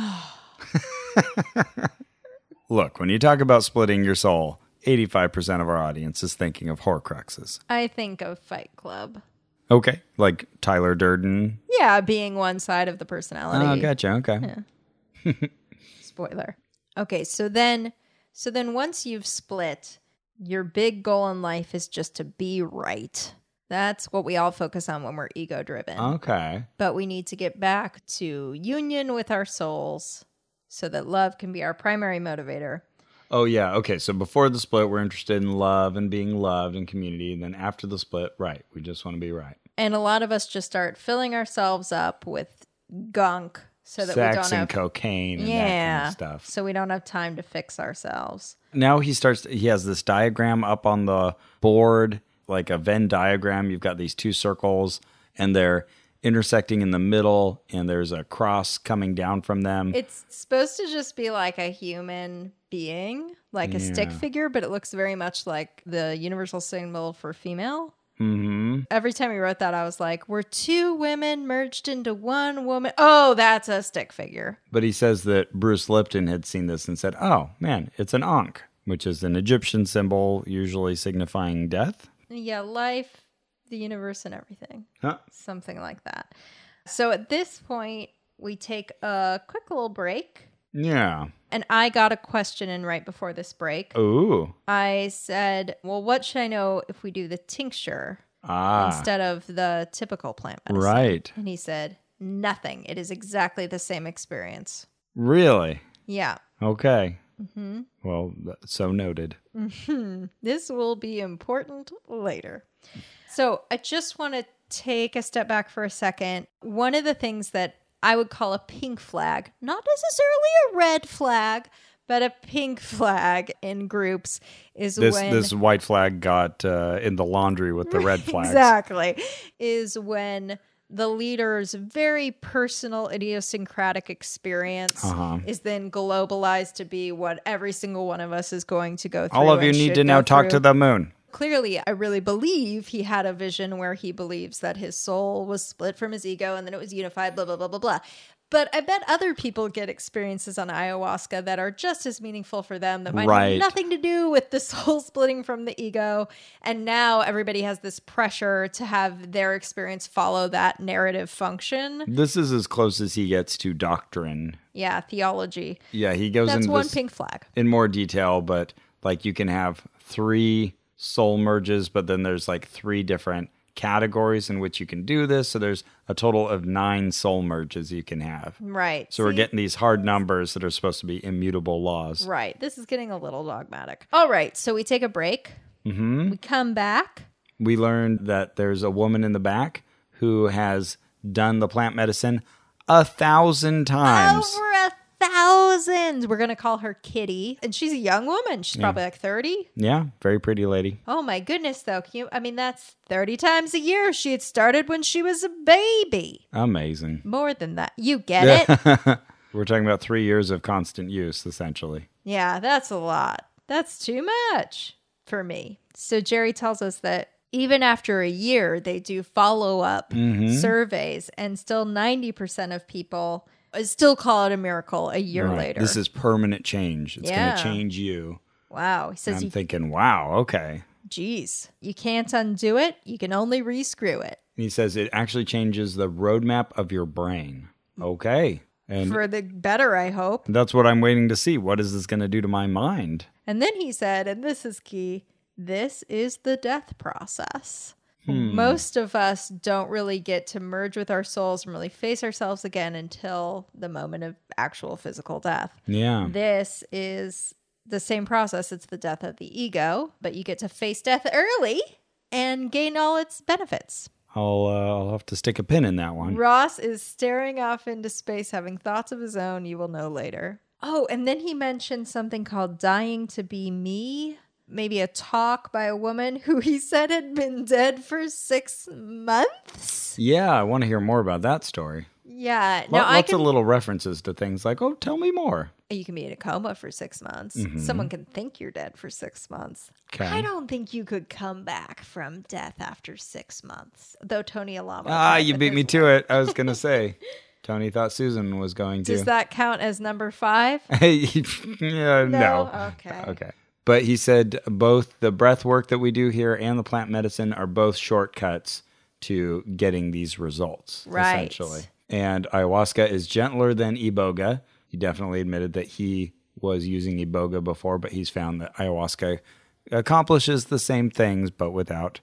A: Look, when you talk about splitting your soul, 85% of our audience is thinking of Horcruxes.
B: I think of Fight Club.
A: Okay. Like Tyler Durden.
B: Yeah, being one side of the personality.
A: Oh, gotcha. Okay.
B: Spoiler. Okay, so then so then once you've split, your big goal in life is just to be right. That's what we all focus on when we're ego driven.
A: Uh-huh. Okay.
B: but we need to get back to union with our souls so that love can be our primary motivator.
A: Oh, yeah. Okay. So before the split, we're interested in love and being loved and community. And then after the split, right. We just want to be right.
B: And a lot of us just start filling ourselves up with gunk so that we
A: Sex
B: don't
A: and
B: have
A: cocaine and that kind
B: yeah
A: of stuff.
B: so we don't have time to fix ourselves.
A: now he starts he has this diagram up on the board like a venn diagram you've got these two circles and they're intersecting in the middle and there's a cross coming down from them
B: It's supposed to just be like a human being, like a stick
A: Yeah.
B: figure, but it looks very much like the universal symbol for female.
A: hmm
B: Every time he wrote that, I was like, "Were two women merged into one woman?" Oh, that's a stick figure.
A: but he says that bruce lipton had seen this and said oh man it's an ankh which is an egyptian symbol usually signifying death
B: Yeah, life, the universe, and everything.
A: huh.
B: Something like that. So at this point, we take a quick little break.
A: yeah
B: And I got a question in right before this
A: Oh.
B: break.
A: ooh
B: I said, Well, what should I know if we do the tincture
A: ah
B: instead of the typical plant medicine?
A: right
B: And he said, Nothing. It is exactly the same experience.
A: really
B: Yeah. Mm-hmm.
A: okay well th- so noted
B: This will be important later. So, I just want to take a step back for a second. One of the things that I would call a pink flag, not necessarily a red flag, But a pink flag in groups is
A: This
B: when
A: this white flag got uh, in the laundry with the red flags.
B: Exactly. Is when the leader's very personal idiosyncratic experience
A: Uh-huh.
B: is then globalized to be what every single one of us is going to go through.
A: All of you
B: and
A: need
B: should
A: to
B: go
A: now talk
B: through.
A: to the moon.
B: Clearly, I really believe he had a vision where he believes that his soul was split from his ego and then it was unified, blah, blah, blah, blah, blah. But I bet other people get experiences on ayahuasca that are just as meaningful for them that might
A: Right.
B: have nothing to do with the soul splitting from the ego. And now everybody has this pressure to have their experience follow that narrative function.
A: This is as close as he gets to doctrine.
B: Yeah, theology.
A: Yeah, he goes
B: That's
A: into
B: one
A: this
B: pink flag.
A: in more detail, but like you can have three soul merges, but then there's like three different categories in which you can do this. So there's a total of nine soul merges you can have.
B: Right.
A: So we're
B: See?
A: getting these hard numbers that are supposed to be immutable laws.
B: Right. This is getting a little dogmatic. All right. So we take a break. Mm-hmm. We come back.
A: We learned that there's a woman in the back who has done the plant medicine a thousand times.
B: Over a thousand. We're going to call her Kitty. And she's a young woman. She's probably like 30.
A: Yeah, very pretty lady.
B: Oh my goodness, though. Can you, I mean, that's 30 times a year. She had started when she was a baby.
A: Amazing.
B: More than that. You get it?
A: we're talking about three years of constant use, essentially.
B: Yeah, that's a lot. That's too much for me. So Jerry tells us that even after a year, they do follow up
A: Mm-hmm.
B: surveys, and still 90% of people uh, still call it a miracle a year
A: Right.
B: later.
A: This is permanent change. It's
B: Yeah.
A: going to change you.
B: wow. He
A: And
B: says,
A: I'm
B: you,
A: thinking, wow, okay.
B: geez, you can't undo it. You can only rescrew it
A: And he says it actually changes the roadmap of your brain. Okay. And
B: for the better, I hope.
A: that's what I'm waiting to see. What is this going to do to my mind?
B: And then he said, and this is key this is the death process. Most of us don't really get to merge with our souls and really face ourselves again until the moment of actual physical death.
A: Yeah.
B: This is the same process. It's the death of the ego, but you get to face death early and gain all its benefits.
A: I'll uh, I'll have to stick a pin in that one.
B: Ross is staring off into space, having thoughts of his own. You will know later. Oh, and then he mentioned something called Dying to Be Me, maybe a talk by a woman who he said had been dead for six months.
A: Yeah, I want to hear more about that story.
B: Yeah.
A: Lo-
B: Now, I
A: lots
B: can,
A: of little references to things like, "Oh, tell me more."
B: you can be in a coma for six months.
A: Mm-hmm.
B: Someone can think you're dead for six months.
A: Okay.
B: I don't think you could come back from death after six months, though Tony Alamo.
A: Ah,
B: tried,
A: you
B: but
A: beat me
B: there's-
A: to it. I was going to say, Tony thought Susan was going to.
B: Does that count as number five?
A: Hey, yeah, Uh, no.
B: Okay.
A: Okay. But he said both the breath work that we do here and the plant medicine are both shortcuts to getting these results,
B: Right.
A: essentially. And ayahuasca is gentler than iboga. He definitely admitted that he was using iboga before, but he's found that ayahuasca accomplishes the same things, but without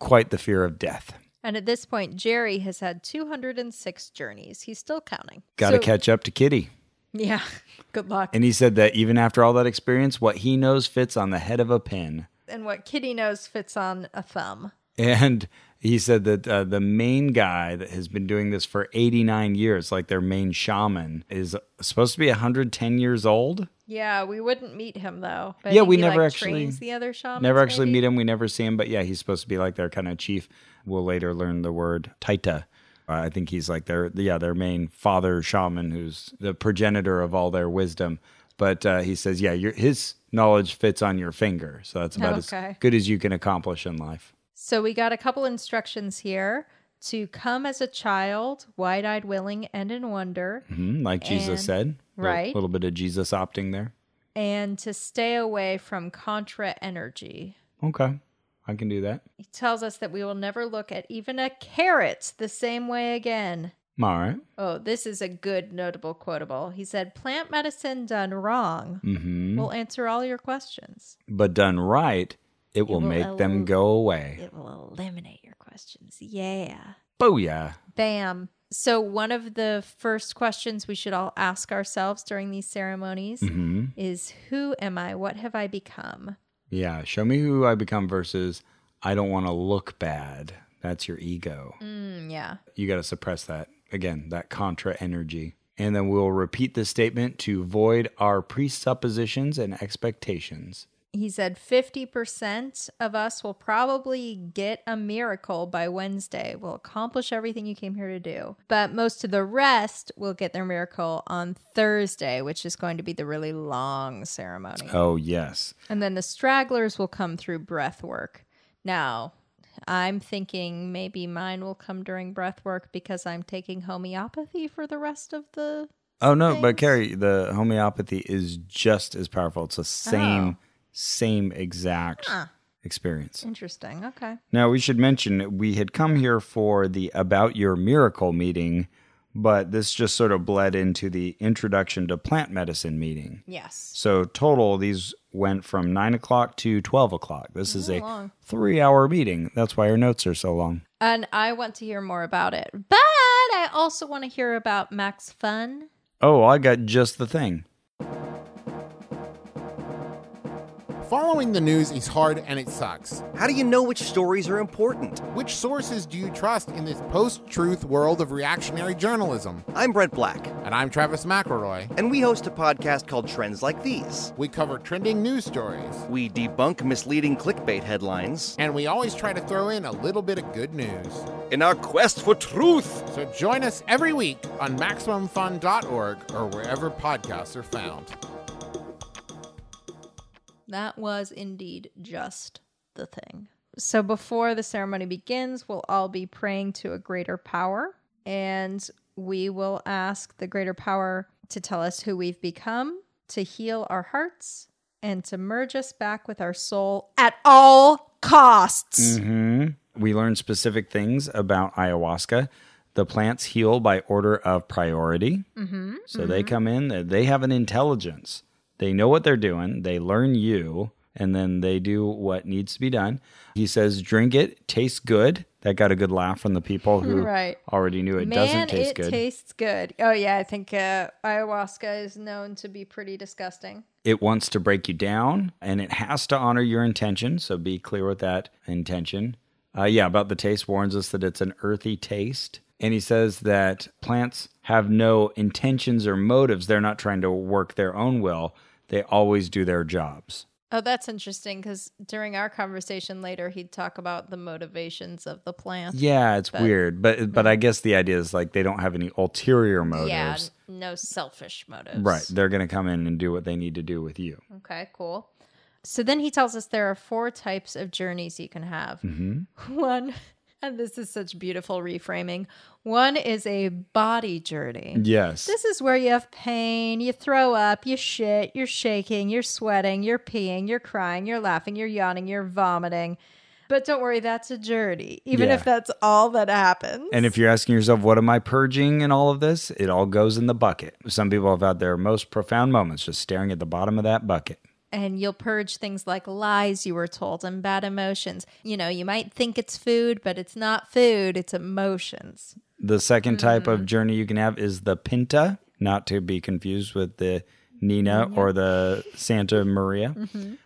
A: quite the fear of death.
B: And at this point, Jerry has had 206 journeys. He's still counting.
A: Got to
B: So-
A: catch up to Kitty.
B: Yeah. Good luck.
A: And he said that even after all that experience, what he knows fits on the head of a pin.
B: And what Kitty knows fits on a thumb.
A: And he said that uh, the main guy that has been doing this for 89 years, like their main shaman, is supposed to be 110 years old.
B: Yeah, we wouldn't meet him though. But I
A: Yeah,
B: think
A: we
B: he,
A: never
B: like,
A: actually-
B: trains the other shamans.
A: Never actually
B: maybe?
A: meet him. We never see him. But yeah, he's supposed to be like their kind of chief. We'll later learn the word Taita. Uh, I think he's like their yeah their main father shaman, who's the progenitor of all their wisdom. But uh, he says, yeah, your, his knowledge fits on your finger, so that's about as
B: Okay.
A: good as you can accomplish in life.
B: So we got a couple instructions here to come as a child, wide eyed, willing, and in wonder,
A: Mhm, like Jesus
B: And-
A: said, Li-
B: right.
A: little bit of Jesus opting there.
B: and to stay away from contra energy.
A: Okay. I can do that.
B: He tells us that we will never look at even a carrot the same way again.
A: All right.
B: Oh, this is a good notable quotable. He said, Plant medicine done wrong
A: Mm-hmm.
B: will answer all your questions.
A: But done right, it will
B: will
A: make
B: el-
A: them go away.
B: It will eliminate your questions. Yeah.
A: Booyah.
B: Bam. So, one of the first questions we should all ask ourselves during these ceremonies
A: Mm-hmm.
B: is Who am I? What have I become?
A: Yeah. Show me who I become versus I don't want to look bad. That's your ego.
B: Mm, yeah.
A: You got to suppress that. Again, that contra energy. And then we'll repeat this statement to void our presuppositions and expectations.
B: He said 50% of us will probably get a miracle by Wednesday. We'll accomplish everything you came here to do. But most of the rest will get their miracle on Thursday, which is going to be the really long ceremony.
A: Oh, yes.
B: And then the stragglers will come through breath work. Now, I'm thinking maybe mine will come during breath work because I'm taking homeopathy for the rest of the.
A: Oh, no, but
B: Thanks.
A: Carrie, the homeopathy is just as powerful. It's the same, same exact
B: Oh. Huh.
A: experience.
B: Interesting. Okay.
A: Now, we should mention we had come here for the About Your Miracle meeting, but this just sort of bled into the Introduction to Plant Medicine meeting.
B: Yes.
A: So, total, these went from 9 o'clock to 12 o'clock. This is a
B: long.
A: three hour meeting. That's why our notes are so long.
B: And I want to hear more about it. But I also want to hear about Max Fun.
A: Oh, I got just the thing.
C: Following the news is hard and it sucks.
D: How do you know which stories are important?
C: Which sources do you trust in this post truth world of reactionary journalism?
D: I'm Brett Black,
C: And I'm Travis McElroy.
D: and we host a podcast called Trends Like These.
C: We cover trending news stories,
D: We debunk misleading clickbait headlines
C: and we always try to throw in a little bit of good news.
D: in our quest for truth.
C: So join us every week on MaximumFun.org or wherever podcasts are found.
B: That was indeed just the thing. So before the ceremony begins, we'll all be praying to a greater power and we will ask the greater power to tell us who we've become, to heal our hearts, and to merge us back with our soul at all costs.
A: hmm We learned specific things about ayahuasca. The plants heal by order of priority. Mm-hmm. So they come in, they- they have an intelligence. They know what they're doing, they learn you, and then they do what needs to be done. He says, drink it, tastes good. That got a good laugh from the people who
B: Right.
A: already knew it
B: Man,
A: doesn't taste
B: it
A: good.
B: tastes good. Oh yeah, I think uh, ayahuasca is known to be pretty disgusting.
A: it wants to break you down and it has to honor your intention. So be clear with that intention. Uh, yeah, about the taste warns us that it's an earthy taste. And he says that plants have no intentions or motives. They're not trying to work their own will, they always do their jobs.
B: Oh, that's interesting because during our conversation later, he'd talk about the motivations of the plant.
A: Yeah, it's weird. But but I guess the idea is like they don't have any ulterior motives.
B: Yeah, n- no selfish motives.
A: Right. They're going to come in and do what they need to do with you.
B: Okay, cool. So then he tells us there are four types of journeys you can have.
A: Mm-hmm.
B: One, and this is such beautiful reframing, one is a body journey.
A: Yes.
B: This is where you have pain, you throw up, you shit, you're shaking, you're sweating, you're peeing, you're crying, you're laughing, you're yawning, you're vomiting. But don't worry, that's a journey, even
A: Yeah.
B: if that's all that happens.
A: And if you're asking yourself, what am I purging in all of this? It all goes in the bucket. Some people have had their most profound moments just staring at the bottom of that bucket.
B: and you'll purge things like lies you were told and bad emotions. You know, you might think it's food, but it's not food, it's emotions.
A: The second type of journey you can have is the Pinta, not to be confused with the Nina or the Santa Maria,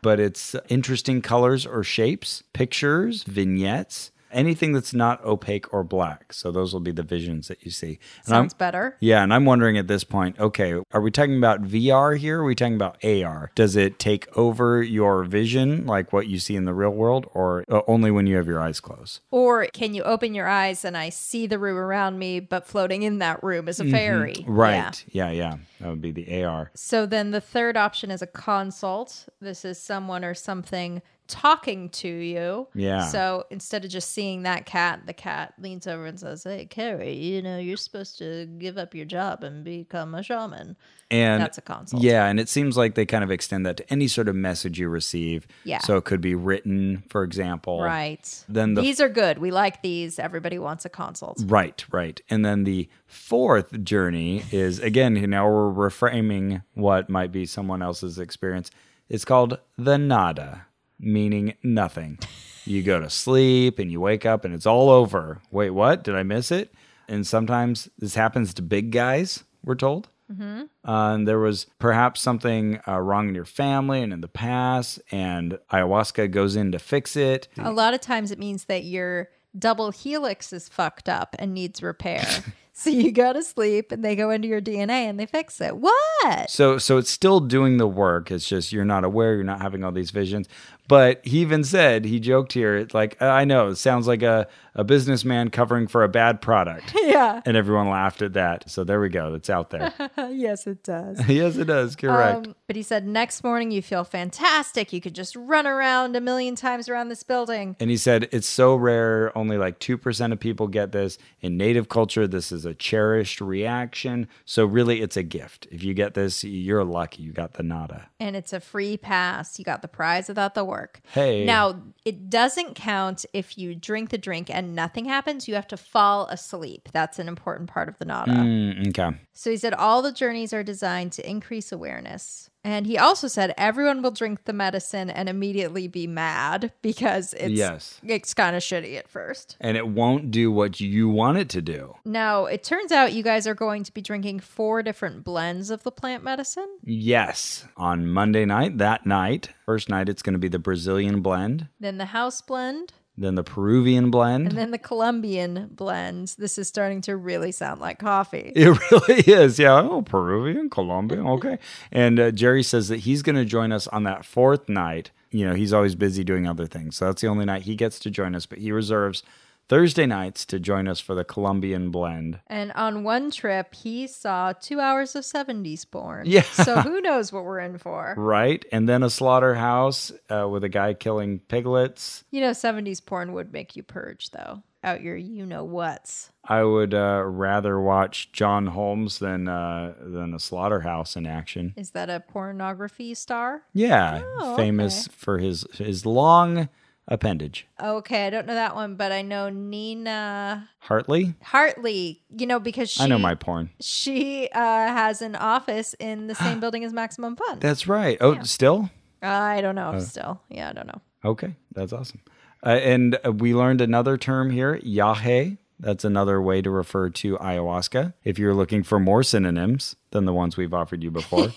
A: but it's interesting colors or shapes, pictures, vignettes, anything that's not opaque or black. So those will be the visions that you see. And I'm-
B: Sounds better.
A: Yeah, and I'm wondering at this point, okay, are we talking about VR here? Are we talking about AR? Does it take over your vision like what you see in the real world or uh, only when you have your eyes closed?
B: Or can you open your eyes and I see the room around me, but floating in that room is a fairy? Yeah.
A: Mm-hmm. Right. Yeah. yeah, That would be the AR.
B: So then the third option is a consult. This is someone or something talking to you.
A: Yeah.
B: So instead of just seeing that cat, the cat leans over and says, Hey, Carrie, you know, you're supposed to give up your job and become a shaman.
A: And
B: That's a consult.
A: Yeah, and it seems like they kind of extend that to any sort of message you receive.
B: Yeah.
A: So it could be written, for example.
B: Right.
A: Then the Mm-hmm.
B: these are good. We like these. Everybody wants a consult.
A: Right, right. And then the fourth journey is again, now we're reframing what might be someone else's experience. It's called the nada, meaning nothing. You go to sleep and you wake up and it's all over. Wait, what? Did I miss it? And sometimes this happens to big guys, we're told. Uh, and there was perhaps something uh, wrong in your family and in the past, and ayahuasca goes in to fix it.
B: A lot of times it means that your double helix is fucked up and needs repair. So you go to sleep and they go into your DNA and they fix it. What?
A: So so it's still doing the work. It's just you're not aware, you're not having all these visions. But he even said, he joked here, it's like, I know, it sounds like a, a businessman covering for a bad product.
B: Yeah.
A: And everyone laughed at that. So there we go. That's out there.
B: yes, it does.
A: yes, it does. Correct.
B: Um, but he said, next morning you feel fantastic. You could just run around a million times around this building.
A: and he said, it's so rare. Only like 2% of people get this. In native culture, this is a cherished reaction. So really, it's a gift. If you get this, you're lucky. You got the nada.
B: And it's a free pass. You got the prize without the work.
A: Hey.
B: Now, it doesn't count if you drink the drink and nothing happens. You have to fall asleep. That's an important part of the nada.
A: Mm, okay.
B: So he said all the journeys are designed to increase awareness. And he also said everyone will drink the medicine and immediately be mad because it's
A: Yes.
B: it's kind of shitty at first.
A: And it won't do what you want it to do.
B: Now, it turns out you guys are going to be drinking four different blends of the plant medicine.
A: Yes. On Monday night, that night, first night, it's going to be the Brazilian blend,
B: Then the house blend,
A: then the Peruvian blend.
B: and then the Colombian blend. This is starting to really sound like coffee.
A: It really is. Yeah. Oh, Peruvian, Colombian. Okay. and uh, Jerry says that he's going to join us on that fourth night. You know, he's always busy doing other things. So that's the only night he gets to join us, but he reserves Thursday nights to join us for the Colombian blend.
B: And on one trip, he saw two hours of 70s porn.
A: Yeah.
B: So who knows what we're in for?
A: Right. And then a slaughterhouse uh, with a guy killing piglets.
B: You know, 70s porn would make you purge, though, out your you know what's.
A: I would uh, rather watch John Holmes than, uh, than a slaughterhouse in action.
B: Is that a pornography star?
A: Yeah.
B: Oh,
A: famous for his, his long appendage.
B: Okay, I don't know that one, but I know Nina
A: Hartley?
B: Hartley, you know, because she,
A: I know my porn.
B: she uh, has an office in the same building as Maximum Fun.
A: That's right. Oh, still?
B: I don't know if still. Yeah, I don't know.
A: Okay. That's awesome. Uh, and uh, we learned another term here, yahe. That's another way to refer to ayahuasca if you're looking for more synonyms than the ones we've offered you before.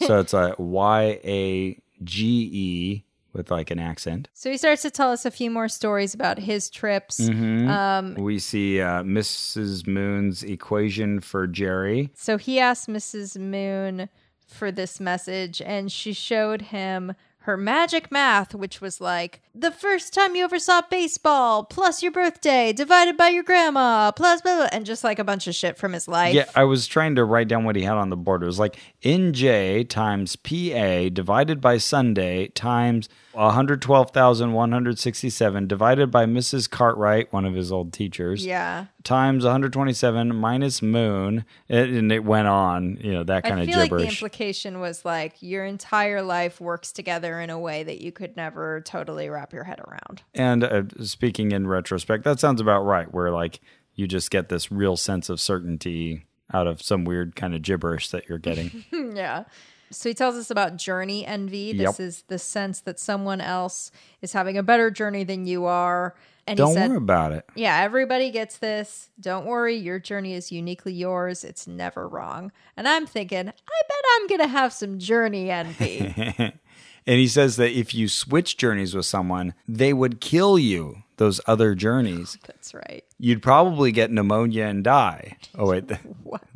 A: so it's a Y A G E with like an accent.
B: So he starts to tell us a few more stories about his trips. Um,
A: We see uh, Mrs. Moon's equation for Jerry.
B: So he asked Mrs. Moon for this message, and she showed him her magic math, which was like the first time you ever saw baseball, plus your birthday, divided by your grandma, plus blah, blah, and just like a bunch of shit from his life.
A: Yeah, I was trying to write down what he had on the board. It was like NJ times PA divided by Sunday times 112,167 divided by Mrs. Cartwright, one of his old teachers,
B: Yeah.
A: times 127 minus moon. And and it went on, you know, that kind
B: I
A: of
B: feel like the
A: gibberish.
B: implication was like your entire life works together in a way that you could never totally wrap your head around.
A: and uh, speaking in retrospect, that sounds about right, where like you just get this real sense of certainty out of some weird kind of gibberish that you're getting.
B: Yeah. So he tells us about journey envy. This
A: Yep.
B: is the sense that someone else is having a better journey than you are. And
A: Don't
B: he said,
A: worry about it.
B: Yeah, everybody gets this. Don't worry, your journey is uniquely yours. It's never wrong. And I'm thinking, I bet I'm going to have some journey envy.
A: And he says that if you switch journeys with someone, they would kill you those other journeys.
B: That's right.
A: You'd probably get pneumonia and die. Oh, wait. th-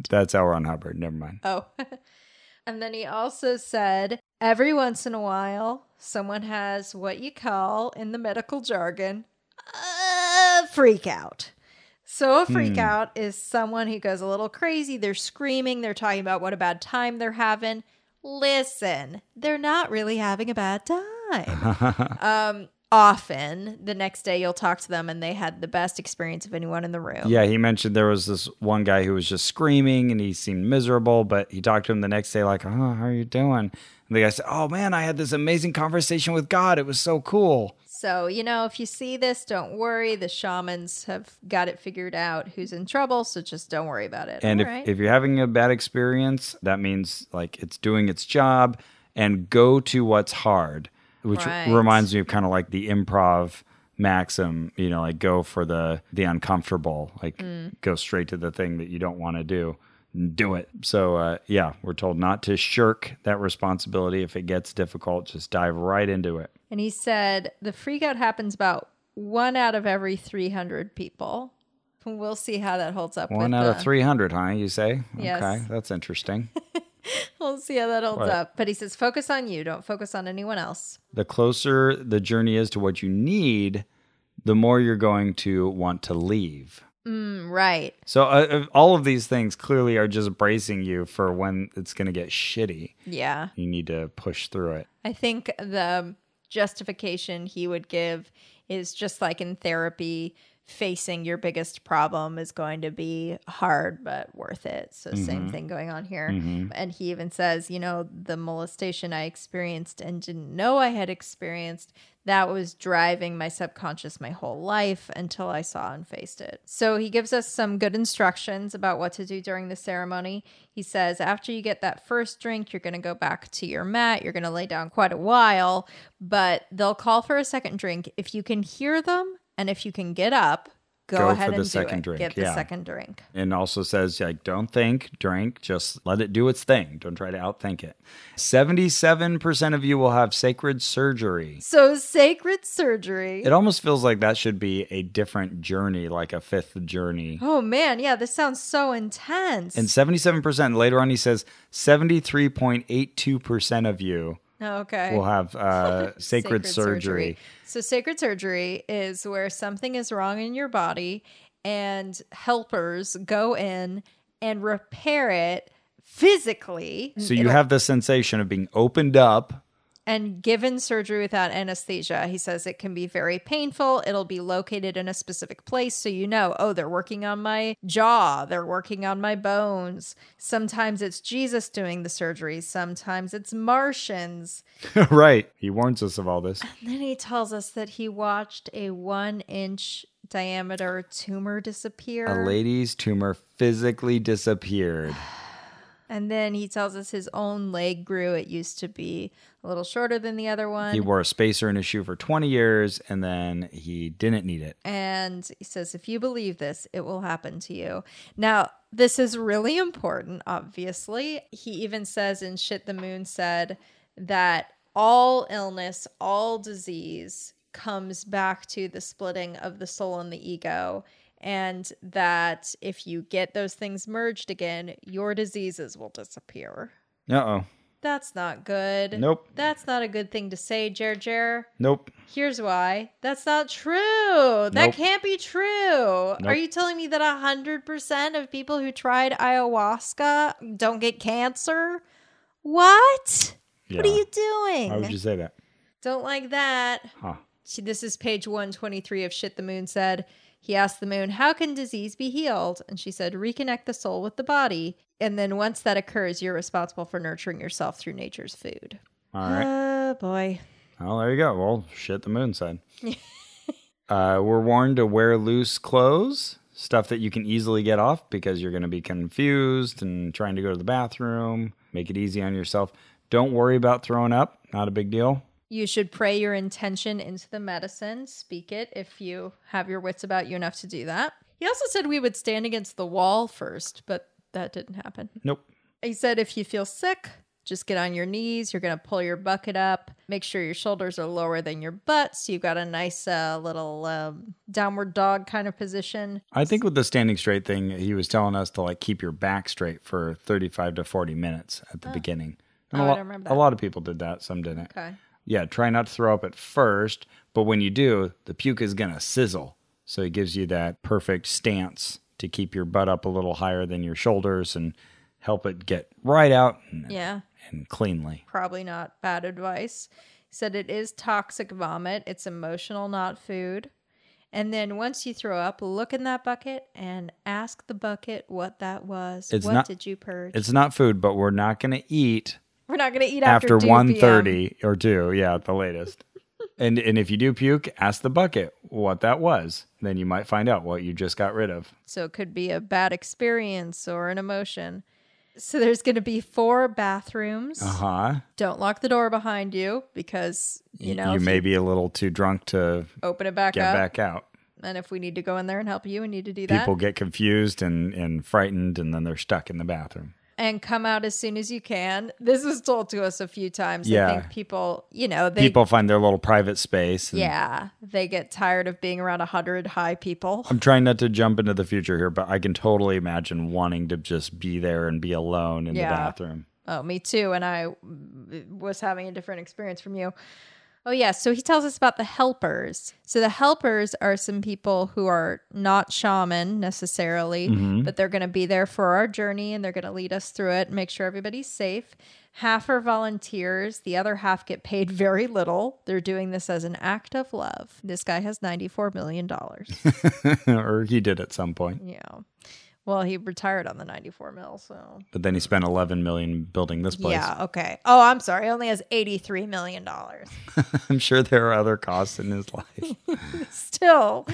A: That's how Ron Hubbard. Never mind.
B: Oh. and then he also said, every once in a while, someone has what you call in the medical jargon a freak out. So a freak out is someone who goes a little crazy. They're screaming, they're talking about what a bad time they're having. Listen, they're not really having a bad time. um often the next day you'll talk to them and they had the best experience of anyone in the room.
A: Yeah, he mentioned there was this one guy who was just screaming and he seemed miserable, but he talked to him the next day, like, Oh, how are you doing? And the guy said, Oh, man, I had this amazing conversation with God. It was so cool.
B: So, you know, if you see this, don't worry. The shamans have got it figured out who's in trouble, so just don't worry about it.
A: And
B: All
A: if,
B: right.
A: if you're having a bad experience, that means like it's doing its job and go to what's hard, which
B: Right.
A: reminds me of kind of like the improv maxim, you know, like go for the the uncomfortable, like
B: Mm.
A: go straight to the thing that you don't want to do. Do it. So, uh, yeah, we're told not to shirk that responsibility. If it gets difficult, just dive right into it.
B: and he said the freak out happens about one out of every 300 people. We'll see how that holds up.
A: One
B: with,
A: out
B: uh,
A: of 300, huh? You say?
B: Yes.
A: Okay, that's interesting.
B: We'll see how that holds
A: What?
B: up. But he says, focus on you. Don't focus on anyone else.
A: the closer the journey is to what you need, the more you're going to want to leave.
B: Mm, right.
A: So, uh, uh, all of these things clearly are just bracing you for when it's going to get shitty.
B: Yeah.
A: You need to push through it.
B: I think the justification he would give is just like in therapy, facing your biggest problem is going to be hard but worth it. So, same thing going on here. And he even says, you know, the molestation I experienced and didn't know I had experienced, that was driving my subconscious my whole life until I saw and faced it. So, he gives us some good instructions about what to do during the ceremony. He says, after you get that first drink, you're going to go back to your mat. You're going to lay down quite a while, but they'll call for a second drink. If you can hear them and if you can get up, go,
A: Go
B: ahead
A: for the
B: and
A: second
B: do it.
A: drink,
B: Get the
A: yeah.
B: second drink.
A: And also says, like, don't think, drink, just let it do its thing. Don't try to outthink it. 77% of you will have sacred surgery.
B: So, sacred surgery.
A: It almost feels like that should be a different journey, like a fifth journey.
B: oh, man. Yeah, this sounds so intense.
A: And 77% later on, he says 73.82% of you
B: okay.
A: will have uh, sacred, surgery.
B: So, sacred surgery is where something is wrong in your body and helpers go in and repair it physically.
A: So you have the sensation of being opened up.
B: and given surgery without anesthesia, he says it can be very painful. It'll be located in a specific place. So you know, oh, they're working on my jaw, they're working on my bones. Sometimes it's Jesus doing the surgery, sometimes it's Martians.
A: right. He warns us of all this.
B: And then he tells us that he watched a one inch diameter tumor disappear.
A: A lady's tumor physically disappeared.
B: And then he tells us his own leg grew. It used to be a little shorter than the other one.
A: He wore a spacer in his shoe for 20 years and then he didn't need it.
B: and he says, If you believe this, it will happen to you. Now, this is really important, obviously. He even says in Shit the Moon said that all illness, all disease comes back to the splitting of the soul and the ego. And that if you get those things merged again, your diseases will disappear.
A: Uh oh.
B: That's not good.
A: Nope.
B: That's not a good thing to say, Jer Jer.
A: Nope.
B: Here's why. That's not true. That
A: Nope.
B: can't be true. Are you telling me that 100% of people who tried ayahuasca don't get cancer? What?
A: Yeah.
B: What are you doing?
A: Why would you say that?
B: Don't like that.
A: Huh.
B: See, This is page 123 of Shit the Moon Said. He asked the moon, How can disease be healed? And she said, Reconnect the soul with the body. And then once that occurs, you're responsible for nurturing yourself through nature's food.
A: All right.
B: Oh, boy.
A: Well, there you go. Well, shit, the moon said. uh, we're warned to wear loose clothes, stuff that you can easily get off because you're going to be confused and trying to go to the bathroom. Make it easy on yourself. Don't worry about throwing up. Not a big deal.
B: You should pray your intention into the medicine, speak it if you have your wits about you enough to do that. He also said we would stand against the wall first, but that didn't happen.
A: Nope.
B: He said if you feel sick, just get on your knees. You're going to pull your bucket up. Make sure your shoulders are lower than your butt. So you've got a nice uh, little um, downward dog kind of position.
A: I think with the standing straight thing, he was telling us to like keep your back straight for 35 to 40 minutes at the beginning. And
B: Oh,
A: a
B: I
A: lot,
B: don't
A: A
B: remember that.
A: lot of people did that. Some didn't.
B: Okay.
A: Yeah, try not to throw up at first, but when you do, the puke is going to sizzle. So it gives you that perfect stance to keep your butt up a little higher than your shoulders and help it get right out and,
B: Yeah.
A: and cleanly.
B: probably not bad advice. He said it is toxic vomit, it's emotional, not food. And then once you throw up, look in that bucket and ask the bucket what that was.
A: It's
B: what
A: not-
B: did you purge?
A: It's not food, but we're not going to eat
B: We're not going to eat after,
A: after
B: 2 p.m.
A: 1.30 or 2, yeah, at the latest. and, and if you do puke, ask the bucket what that was. Then you might find out what you just got rid of.
B: So it could be a bad experience or an emotion. So there's going to be four bathrooms.
A: Uh-huh.
B: Don't lock the door behind you because you know
A: you
B: if
A: may be a little too drunk to
B: open it back
A: get
B: up.
A: back out.
B: And if we need to go in there and help you, we need to do that.
A: people get confused and, and frightened and then they're stuck in the bathroom
B: and come out as soon as you can. This was told to us a few times. I
A: Yeah.
B: think people, you know, they
A: People find their little private space. and-
B: yeah, they get tired of being around a hundred high people.
A: I'm trying not to jump into the future here, but I can totally imagine wanting to just be there and be alone in
B: Yeah.
A: the bathroom.
B: Oh, me too. And I mm, was having a different experience from you. Oh, yeah. So he tells us about the helpers. So the helpers are some people who are not shaman necessarily, but they're going to be there for our journey and they're going to lead us through it, make sure everybody's safe. Half are volunteers, the other half get paid very little. They're doing this as an act of love. This guy has $94 million.
A: or he did at some point,
B: yeah. Well, he retired on the 94 mil, so.
A: but then he spent 11 million building this place.
B: Yeah, okay. Oh, I'm sorry. He only has $83 million.
A: I'm sure there are other costs in his life.
B: Still.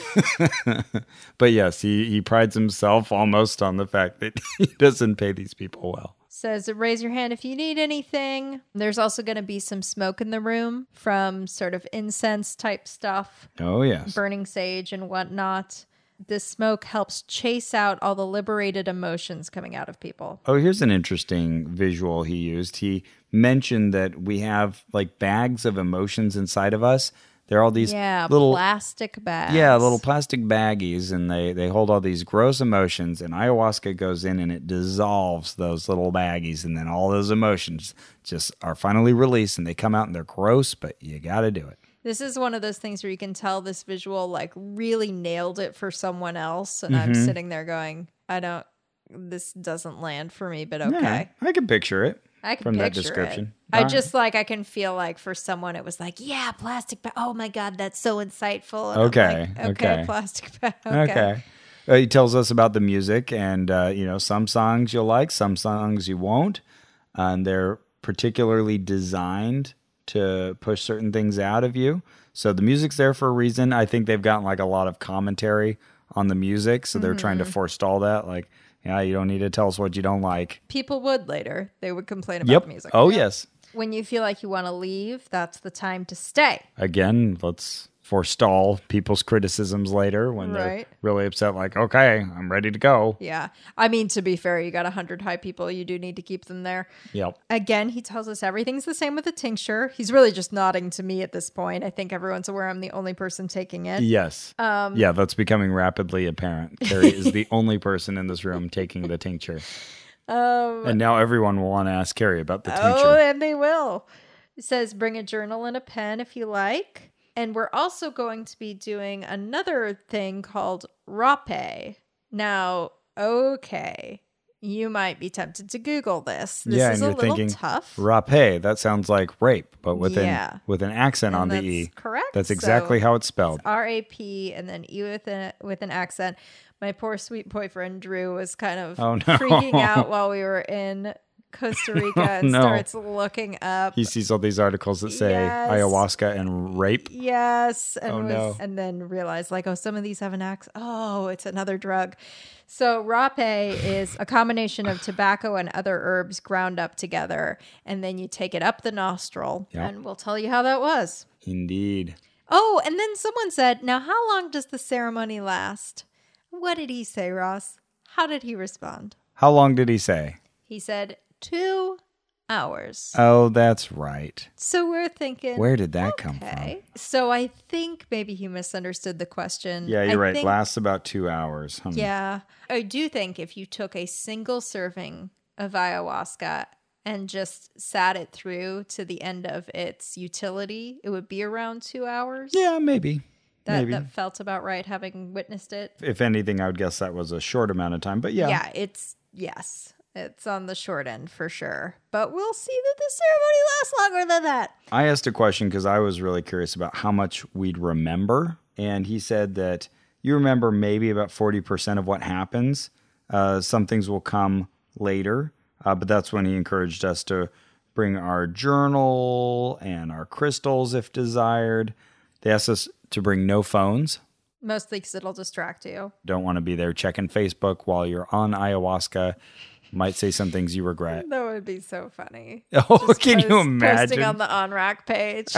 A: but yes, he, he prides himself almost on the fact that he doesn't pay these people well.
B: Says, raise your hand if you need anything. There's also going to be some smoke in the room from sort of incense type stuff,
A: Oh, yes.
B: burning sage and whatnot. This smoke helps chase out all the liberated emotions coming out of people.
A: Oh, here's an interesting visual he used. He mentioned that we have like bags of emotions inside of us. They're all these
B: Yeah,
A: little
B: plastic bags.
A: Yeah, little plastic baggies, and they they hold all these gross emotions. And ayahuasca goes in and it dissolves those little baggies, and then all those emotions just are finally released, and they come out and they're gross, but you got to do it.
B: This is one of those things where you can tell this visual like really nailed it for someone else. And
A: Mm-hmm.
B: I'm sitting there going, I don't, this doesn't land for me, but okay.
A: Yeah, I can picture it.
B: I can
A: from that
B: picture it.
A: description.
B: I
A: All right.
B: just like I can feel like for someone it was like, yeah, plastic bag. Oh my god, that's so insightful. And I'm
A: Okay,
B: like, okay,
A: okay.
B: plastic bag. Okay.
A: Okay. Uh, he tells us about the music, and uh, you know, some songs you'll like, some songs you won't, Uh, and they're particularly designed to push certain things out of you. So the music's there for a reason. I think they've gotten like a lot of commentary on the music, so they're trying to
B: Mm-hmm.
A: forestall that. Like, yeah, you don't need to tell us what you don't like.
B: People would later. They would complain about
A: yep.
B: the music.
A: Oh yes.
B: When you feel like you want to leave, that's the time to stay.
A: Again, let's forestall people's criticisms later when they're
B: Right.
A: really upset. Like, okay, I'm ready to go.
B: Yeah. I mean, to be fair, you got 100 high people. You do need to keep them there.
A: Yep.
B: Again, he tells us everything's the same with the tincture. He's really just nodding to me at this point. I think everyone's aware I'm the only person taking it.
A: Yes.
B: um,
A: yeah, that's becoming rapidly apparent. Carrie is the only person in this room taking the tincture.
B: Um,
A: and now everyone will want to ask Carrie about the
B: Oh,
A: tincture.
B: and they will. It says bring a journal and a pen if you like. And we're also going to be doing another thing called rape. Now, okay, you might be tempted to Google this. This
A: yeah,
B: is
A: and
B: a
A: you're
B: little
A: thinking
B: tough.
A: rape. That sounds like rape, but with
B: Yeah.
A: an with an accent
B: And
A: on the
B: that's
A: e.
B: correct,
A: That's
B: so-
A: exactly how it's spelled.
B: R A P and then E with an with an accent. My poor sweet boyfriend Drew was kind of
A: Oh, no.
B: freaking out while we were in Costa Rica and
A: no.
B: starts looking up
A: He sees all these articles that say
B: Yes.
A: ayahuasca and rape.
B: Yes, and
A: Oh,
B: was,
A: no.
B: and then realized like, oh, some of these have an axe. Oh, it's another drug. So rape is a combination of tobacco and other herbs ground up together, and then you take it up the nostril,
A: Yeah.
B: and we'll tell you how that was.
A: Indeed.
B: Oh, and then someone said, now how long does the ceremony last? What did he say, Ross? How did he respond?
A: How long did he say?
B: He said two hours.
A: Oh, that's right.
B: so we're thinking,
A: Where did that come from?
B: Okay. So I think maybe he misunderstood the question.
A: Yeah, you're
B: I
A: right.
B: think-
A: Lasts about two hours. Hmm.
B: Yeah. I do think if you took a single serving of ayahuasca and just sat it through to the end of its utility, it would be around two hours.
A: Yeah, maybe.
B: That,
A: maybe.
B: that felt about right having witnessed it.
A: if anything, I would guess that was a short amount of time. But yeah,
B: Yeah. it's yes. It's on the short end for sure. But we'll see that the ceremony lasts longer than that.
A: I asked a question because I was really curious about how much we'd remember. And he said that you remember maybe about 40% of what happens. Uh, some things will come later, uh, but that's when he encouraged us to bring our journal and our crystals if desired. They asked us to bring no phones.
B: Mostly because it'll distract you.
A: Don't want to be there checking Facebook while you're on ayahuasca. Might say some things you regret.
B: That would be so funny.
A: Oh, can
B: Post-
A: you
B: Posting
A: imagine?
B: on the OnRack page.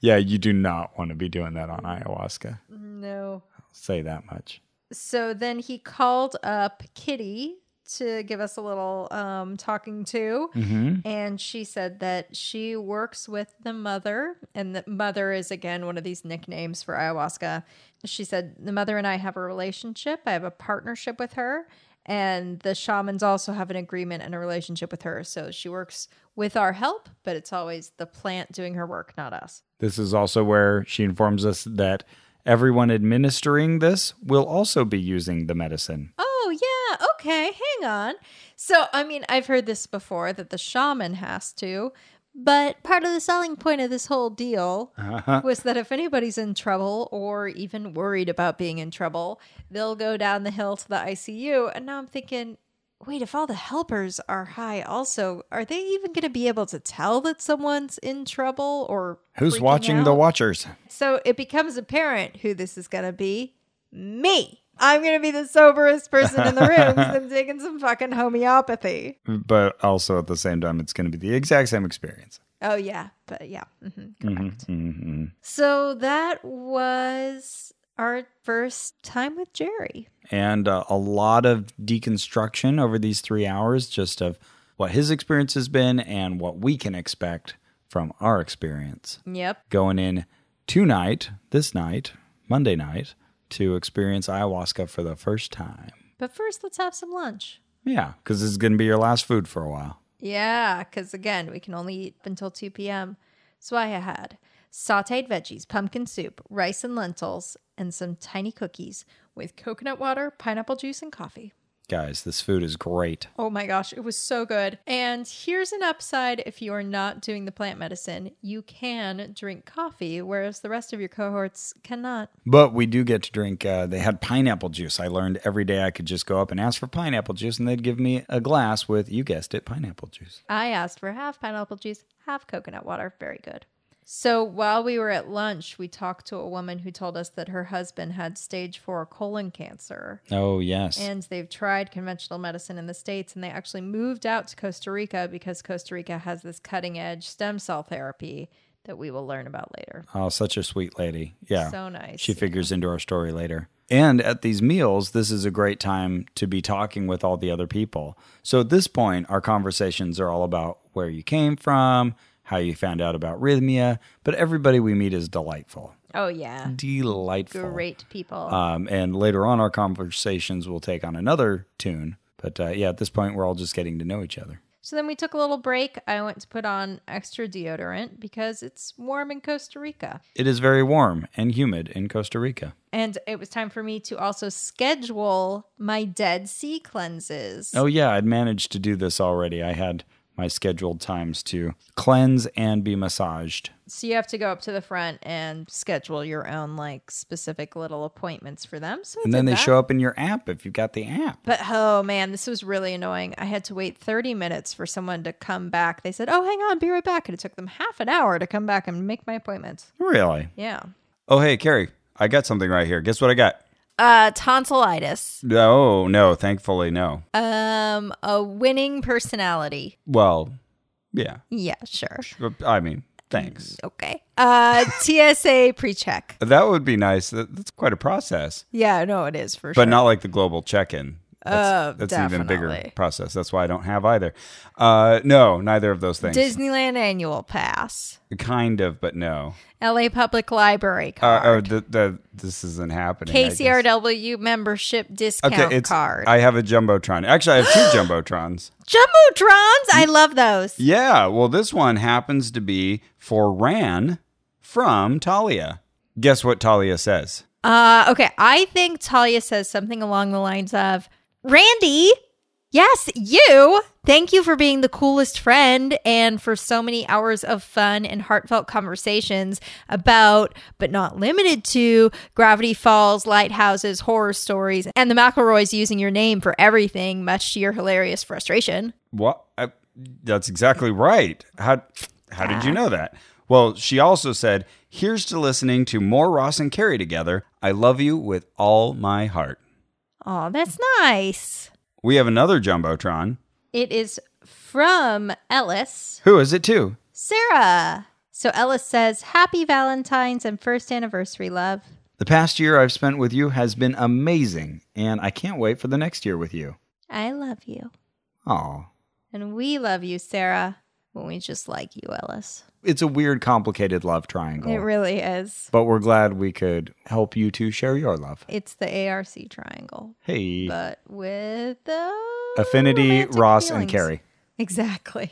A: Yeah, you do not want to be doing that on ayahuasca.
B: no.
A: Say that much.
B: So then he called up Kitty to give us a little um, talking to.
A: hmm
B: And she said that she works with the mother, and the mother is again one of these nicknames for ayahuasca. She said, The mother and I have a relationship, I have a partnership with her, and the shamans also have an agreement and a relationship with her. So she works with our help, but it's always the plant doing her work, not us.
A: This is also where she informs us that everyone administering this will also be using the medicine.
B: Oh, yeah. Okay. Hang on. So, I mean, I've heard this before that the shaman has to, but part of the selling point of this whole deal
A: Uh-huh.
B: was that if anybody's in trouble or even worried about being in trouble, they'll go down the hill to the ICU. And now I'm thinking, wait, if all the helpers are high, also, are they even going to be able to tell that someone's in trouble or
A: Who's
B: freaking
A: watching the
B: out?
A: watchers?
B: So it becomes apparent who this is going to be me. I'm going to be the soberest person in the room because I'm taking some fucking homeopathy.
A: But also at the same time, it's going to be the exact same experience.
B: Oh, yeah. But yeah. hmm correct.
A: hmm
B: So that was our first time with Jerry.
A: and uh, a lot of deconstruction over these three hours just of what his experience has been and what we can expect from our experience
B: Yep.
A: going in tonight this night monday night to experience ayahuasca for the first time
B: But first, let's have some lunch.
A: yeah because this is going to be your last food for a while
B: Yeah, because again, we can only eat up until 2 p.m. So I had sauteed veggies, pumpkin soup, rice and lentils, and some tiny cookies with coconut water, pineapple juice, and coffee.
A: guys this food is great
B: Oh my gosh, it was so good. And here's an upside if you are not doing the plant medicine, you can drink coffee, whereas the rest of your cohorts cannot.
A: But we do get to drink. Uh, they had pineapple juice. I learned every day I could just go up and ask for pineapple juice, and they'd give me a glass with, you guessed it, pineapple juice.
B: I asked for half pineapple juice, half coconut water. Very good. So while we were at lunch, we talked to a woman who told us that her husband had stage four colon cancer.
A: Oh, yes.
B: And they've tried conventional medicine in the States, and they actually moved out to Costa Rica because Costa Rica has this cutting edge stem cell therapy that we will learn about later.
A: Oh, such a sweet lady. Yeah.
B: So nice.
A: She figures into our story later. And at these meals, this is a great time to be talking with all the other people. So at this point, our conversations are all about where you came from, how you found out about rhythmia, but everybody we meet is delightful.
B: Oh, yeah.
A: Mm. Delightful.
B: Great people.
A: Um, and later on, our conversations will take on another tune. But uh, yeah, at this point, we're all just getting to know each other.
B: so then we took a little break. I went to put on extra deodorant because it's warm in Costa Rica.
A: It is very warm and humid in Costa Rica.
B: And it was time for me to also schedule my Dead Sea cleanses.
A: Oh, yeah, I'd managed to do this already. I had my scheduled times to cleanse and be massaged.
B: So you have to go up to the front and schedule your own, like, specific little appointments for them. So I
A: And then
B: did
A: they
B: that.
A: show up in your app if you've got the app.
B: But oh man, this was really annoying. I had to wait 30 minutes for someone to come back. They said, Oh, hang on, be right back. And it took them half an hour to come back and make my appointments.
A: Really?
B: Yeah.
A: Oh, hey, Carrie, I got something right here. Guess what I got?
B: Uh, tonsillitis.
A: No, no, thankfully, no.
B: Um, a winning personality.
A: Well, yeah.
B: Yeah, sure.
A: I mean, thanks.
B: Okay. Uh, TSA pre-check.
A: That would be nice. That- That's quite a process.
B: Yeah, no, it is for sure.
A: but not like the global check-in. That's,
B: Oh,
A: that's an even a bigger
B: definitely.
A: process. That's why I don't have either. Uh, no, neither of those things.
B: Disneyland annual pass.
A: kind of, but no.
B: LA Public Library
A: Uh, oh,
B: card.
A: th- th- this isn't happening. I guess.
B: KCRW membership discount
A: Okay, it's.
B: card.
A: I have a jumbotron. Actually, I have two jumbotrons.
B: Jumbotrons. I love those.
A: Yeah. Well, this one happens to be for Ran from Talia. Guess what Talia says?
B: Uh, okay. I think Talia says something along the lines of Randy, yes, you. Thank you for being the coolest friend and for so many hours of fun and heartfelt conversations about, but not limited to, Gravity Falls, lighthouses, horror stories, and the McElroys using your name for everything, much to your hilarious frustration.
A: What? I, that's exactly right. How how did you know that? Well, she also said, "Here's to listening to more Ross and Carrie together. I love you with all my heart."
B: Oh, that's nice.
A: We have another jumbotron.
B: It is from Ellis.
A: Who is it to?
B: Sarah. So Ellis says, Happy Valentine's and first anniversary, love.
A: The past year I've spent with you has been amazing, and I can't wait for the next year with you.
B: I love you.
A: Oh.
B: And we love you, Sarah, when we just like you, Ellis.
A: It's a weird, complicated love triangle.
B: It really is.
A: but we're glad we could help you to share your love.
B: It's the ARC triangle,
A: Hey.
B: but with the
A: Affinity,
B: romantic
A: Ross, and
B: feelings.
A: Carrie.
B: Exactly.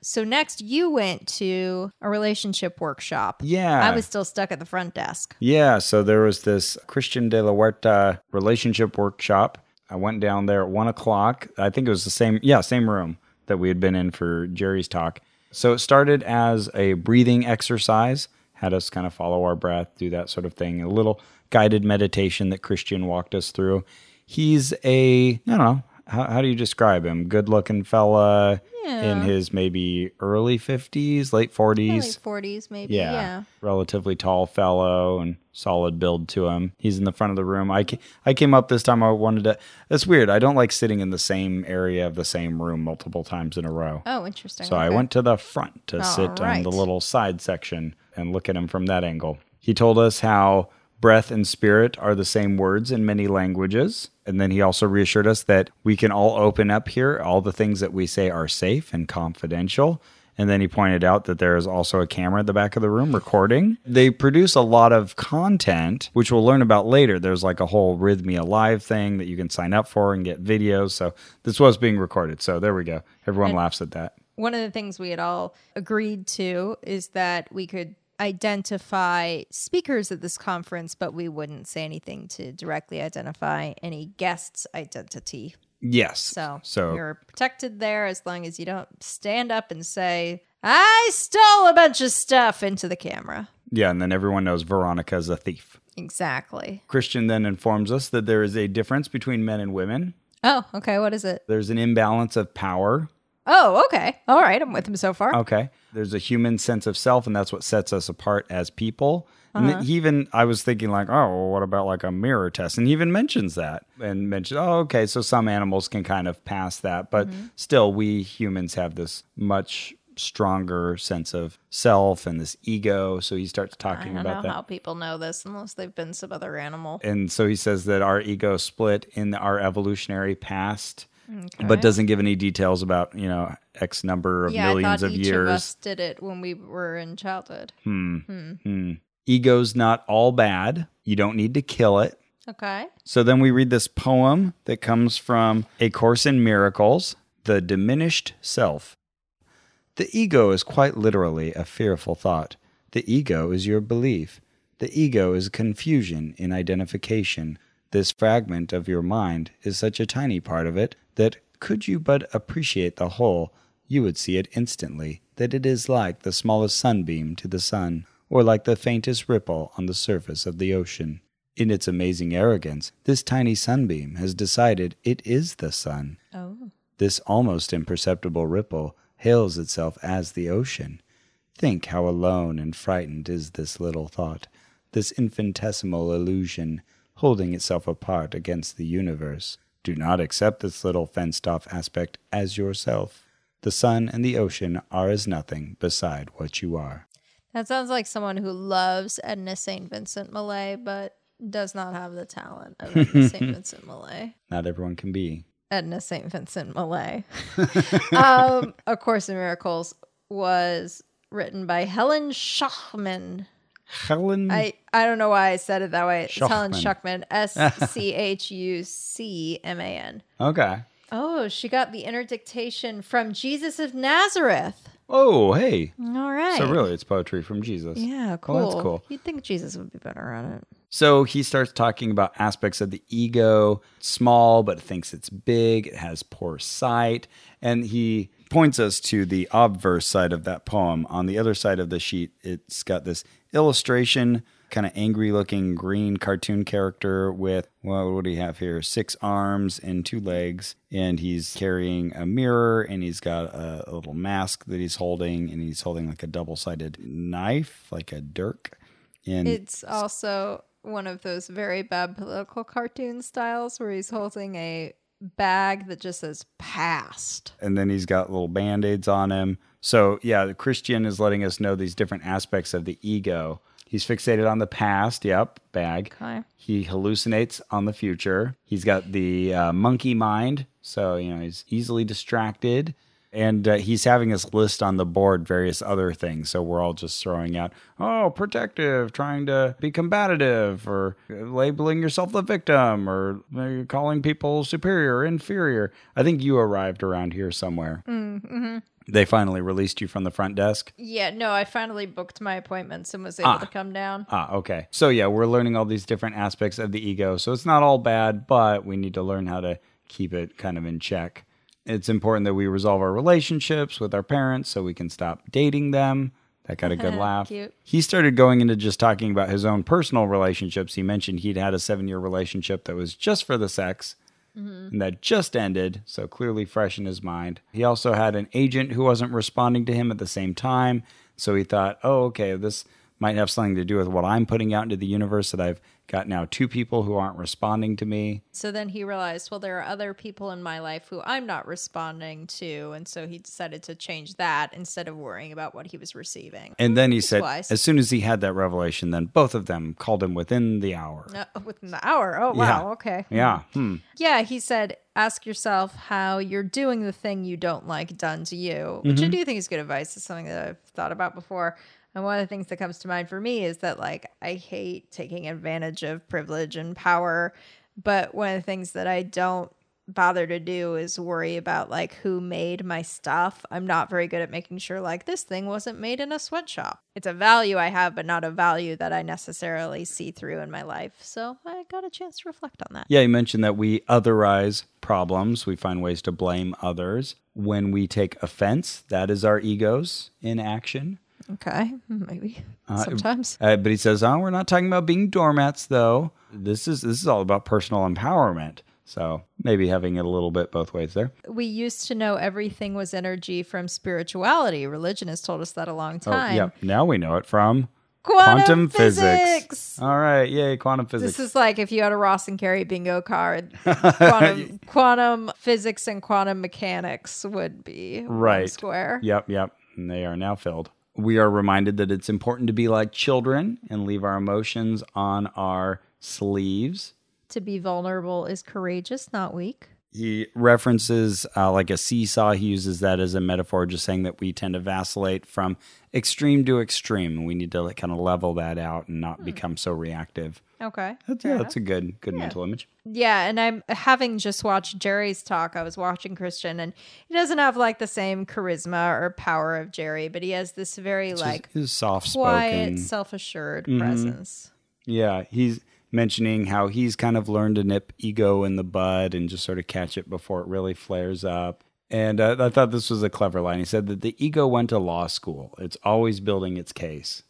B: so next, you went to a relationship workshop.
A: Yeah.
B: I was still stuck at the front desk.
A: Yeah, so there was this Christian de la Huerta relationship workshop. I went down there at one o'clock. I think it was the same, yeah, same room that we had been in for Jerry's talk. So it started as a breathing exercise, had us kind of follow our breath, do that sort of thing, a little guided meditation that Christian walked us through. He's a, I don't know, how, how do you describe him? Good looking fella in his maybe early 50s, late 40s.
B: Early 40s, maybe.
A: Yeah.
B: Yeah.
A: Relatively tall fellow and solid build to him. He's in the front of the room. I, ca- I came up this time. I wanted to. That's weird. I don't like sitting in the same area of the same room multiple times in a row.
B: Oh, interesting.
A: so I
B: Okay.
A: went to the front to
B: All
A: sit on
B: right.
A: the little side section and look at him from that angle. He told us how breath and spirit are the same words in many languages. And then he also reassured us that we can all open up here. All the things that we say are safe and confidential. And then he pointed out that there is also a camera at the back of the room recording. They produce a lot of content, which we'll learn about later. There's like a whole Rhythmia Live thing that you can sign up for and get videos. So this was being recorded. So there we go. Everyone laughs at that.
B: One of the things we had all agreed to is that we could identify speakers at this conference, but we wouldn't say anything to directly identify any guest's identity.
A: Yes.
B: So,
A: so
B: you're protected there as long as you don't stand up and say, I stole a bunch of stuff into the camera.
A: yeah, and then everyone knows Veronica is a thief.
B: Exactly.
A: Christian then informs us that there is a difference between men and women.
B: Oh, okay. What is it?
A: There's an imbalance of power.
B: Oh, okay. All right. I'm with him so far.
A: Okay. There's a human sense of self, and that's what sets us apart as people.
B: Uh-huh.
A: And he even, I was thinking, like, oh, well, what about like a mirror test? And he even mentions that and mentions, oh, okay, so some animals can kind of pass that, but
B: Mm-hmm.
A: still, we humans have this much stronger sense of self and this ego. So he starts
B: I
A: talking
B: don't know
A: about that.
B: how people know this unless they've been some other animal.
A: and so he says that our ego split in our evolutionary past but
B: Okay.
A: doesn't give any details about you know x number of
B: yeah, I
A: millions
B: thought
A: of
B: each
A: years Hmm.
B: of us did it when we were in childhood.
A: ego's not all bad you don't need to kill it
B: Okay.
A: so then we read this poem that comes from a course in miracles the diminished self the ego is quite literally a fearful thought the ego is your belief the ego is confusion in identification this fragment of your mind is such a tiny part of it that could you but appreciate the whole you would see it instantly that it is like the smallest sunbeam to the sun, or like the faintest ripple on the surface of the ocean. In its amazing arrogance, this tiny sunbeam has decided it is the sun.
B: Oh.
A: This almost imperceptible ripple hails itself as the ocean. Think how alone and frightened is this little thought, this infinitesimal illusion, holding itself apart against the universe. Do not accept this little fenced off aspect as yourself. The sun and the ocean are as nothing beside what you are.
B: That sounds like someone who loves Edna St. Vincent Millay, but does not have the talent of Edna St. Vincent Millay.
A: Not everyone can be.
B: Edna St. Vincent Millay. um, A Course in Miracles was written by Helen
A: Hmm.
B: Schachman.
A: Helen.
B: I, I don't know why I said it that way. It's Helen
A: Schachman.
B: Schachman. S C H U C M A N.
A: okay.
B: Oh, she got the inner dictation from Jesus of Nazareth.
A: Oh, hey.
B: All right.
A: So, really, it's poetry from Jesus.
B: Yeah, cool.
A: Well, that's cool.
B: You'd think Jesus would be better at it.
A: So he starts talking about aspects of the ego, small but thinks it's big, it has poor sight, and he points us to the obverse side of that poem. On the other side of the sheet, it's got this illustration, kind of angry looking green cartoon character with well, what do you have here? Six arms and two legs, and he's carrying a mirror and he's got a, a little mask that he's holding and he's holding like a double-sided knife, like a dirk. And
B: It's also one of those very bad political cartoon styles where he's holding a bag that just says past.
A: and then he's got little band-aids on him so yeah the christian is letting us know these different aspects of the ego He's fixated on the past. Yep, bag.
B: Okay.
A: He hallucinates on the future. He's got the uh, monkey mind, so you know he's easily distracted. And uh, he's having us list on the board various other things. So we're all just throwing out, oh, protective, trying to be combative, or uh, labeling yourself the victim, or uh, calling people superior or inferior. I think you arrived around here somewhere. They finally released you from the front desk.
B: Yeah, no, I finally booked my appointments and was able to come down.
A: Ah, okay. So yeah, we're learning all these different aspects of the ego. So it's not all bad, but we need to learn how to keep it kind of in check. It's important that we resolve our relationships with our parents so we can stop dating them. That got a good laugh.
B: Cute.
A: He started going into just talking about his own personal relationships. He mentioned he'd had a seven year relationship that was just for the sex and that just ended, so clearly fresh in his mind. He also had an agent who wasn't responding to him at the same time, so he thought, oh, okay, this might have something to do with what I'm putting out into the universe that I've got now two people who aren't responding to me.
B: So then he realized, well, there are other people in my life who I'm not responding to. And so he decided to change that instead of worrying about what he was receiving.
A: And then he said,
B: wise.
A: as soon as he had that revelation, then both of them called him within the hour.
B: Uh, within the hour. Oh, wow.
A: Yeah.
B: Okay.
A: Yeah. Hmm.
B: Yeah, he said, ask yourself how you're doing the thing you don't like done to you, which I do think is good advice. It's something that I've thought about before. And one of the things that comes to mind for me is that, like, I hate taking advantage of privilege and power. But one of the things that I don't bother to do is worry about, like, who made my stuff. I'm not very good at making sure, like, this thing wasn't made in a sweatshop. It's a value I have, but not a value that I necessarily see through in my life. So I got a chance to reflect on that.
A: Yeah, you mentioned that we otherize problems. We find ways to blame others. When we take offense, that is our egos in action.
B: Okay, maybe sometimes.
A: Uh, but he says, "Oh, we're not talking about being doormats, though. This is this is all about personal empowerment. So maybe having it a little bit both ways there.
B: We used to know everything was energy from spirituality. Religion has told us that a long
A: Oh,
B: time.
A: yeah. Now we know it from
B: Quantum physics.
A: All right, yay, quantum physics.
B: This is like if you had a Ross and Carey bingo card, quantum, quantum physics and quantum mechanics would be one
A: Right.
B: square.
A: Yep, yep. And they are now filled. We are reminded that it's important to be like children and leave our emotions on our sleeves.
B: To be vulnerable is courageous, not weak.
A: he references uh, like a seesaw. He uses that as a metaphor, just saying that we tend to vacillate from extreme to extreme, and we need to like, kind of level that out and not become so reactive.
B: Okay.
A: That's, yeah, that's a good good mental image.
B: Yeah, and I'm having just watched Jerry's talk. I was watching Christian, and he doesn't have like the same charisma or power of Jerry, but he has this very like
A: He's soft
B: quiet,
A: spoken. Mm-hmm.
B: self assured presence.
A: Yeah, he's mentioning how he's kind of learned to nip ego in the bud and just sort of catch it before it really flares up. And uh, I thought this was a clever line. He said that the ego went to law school. It's always building its case.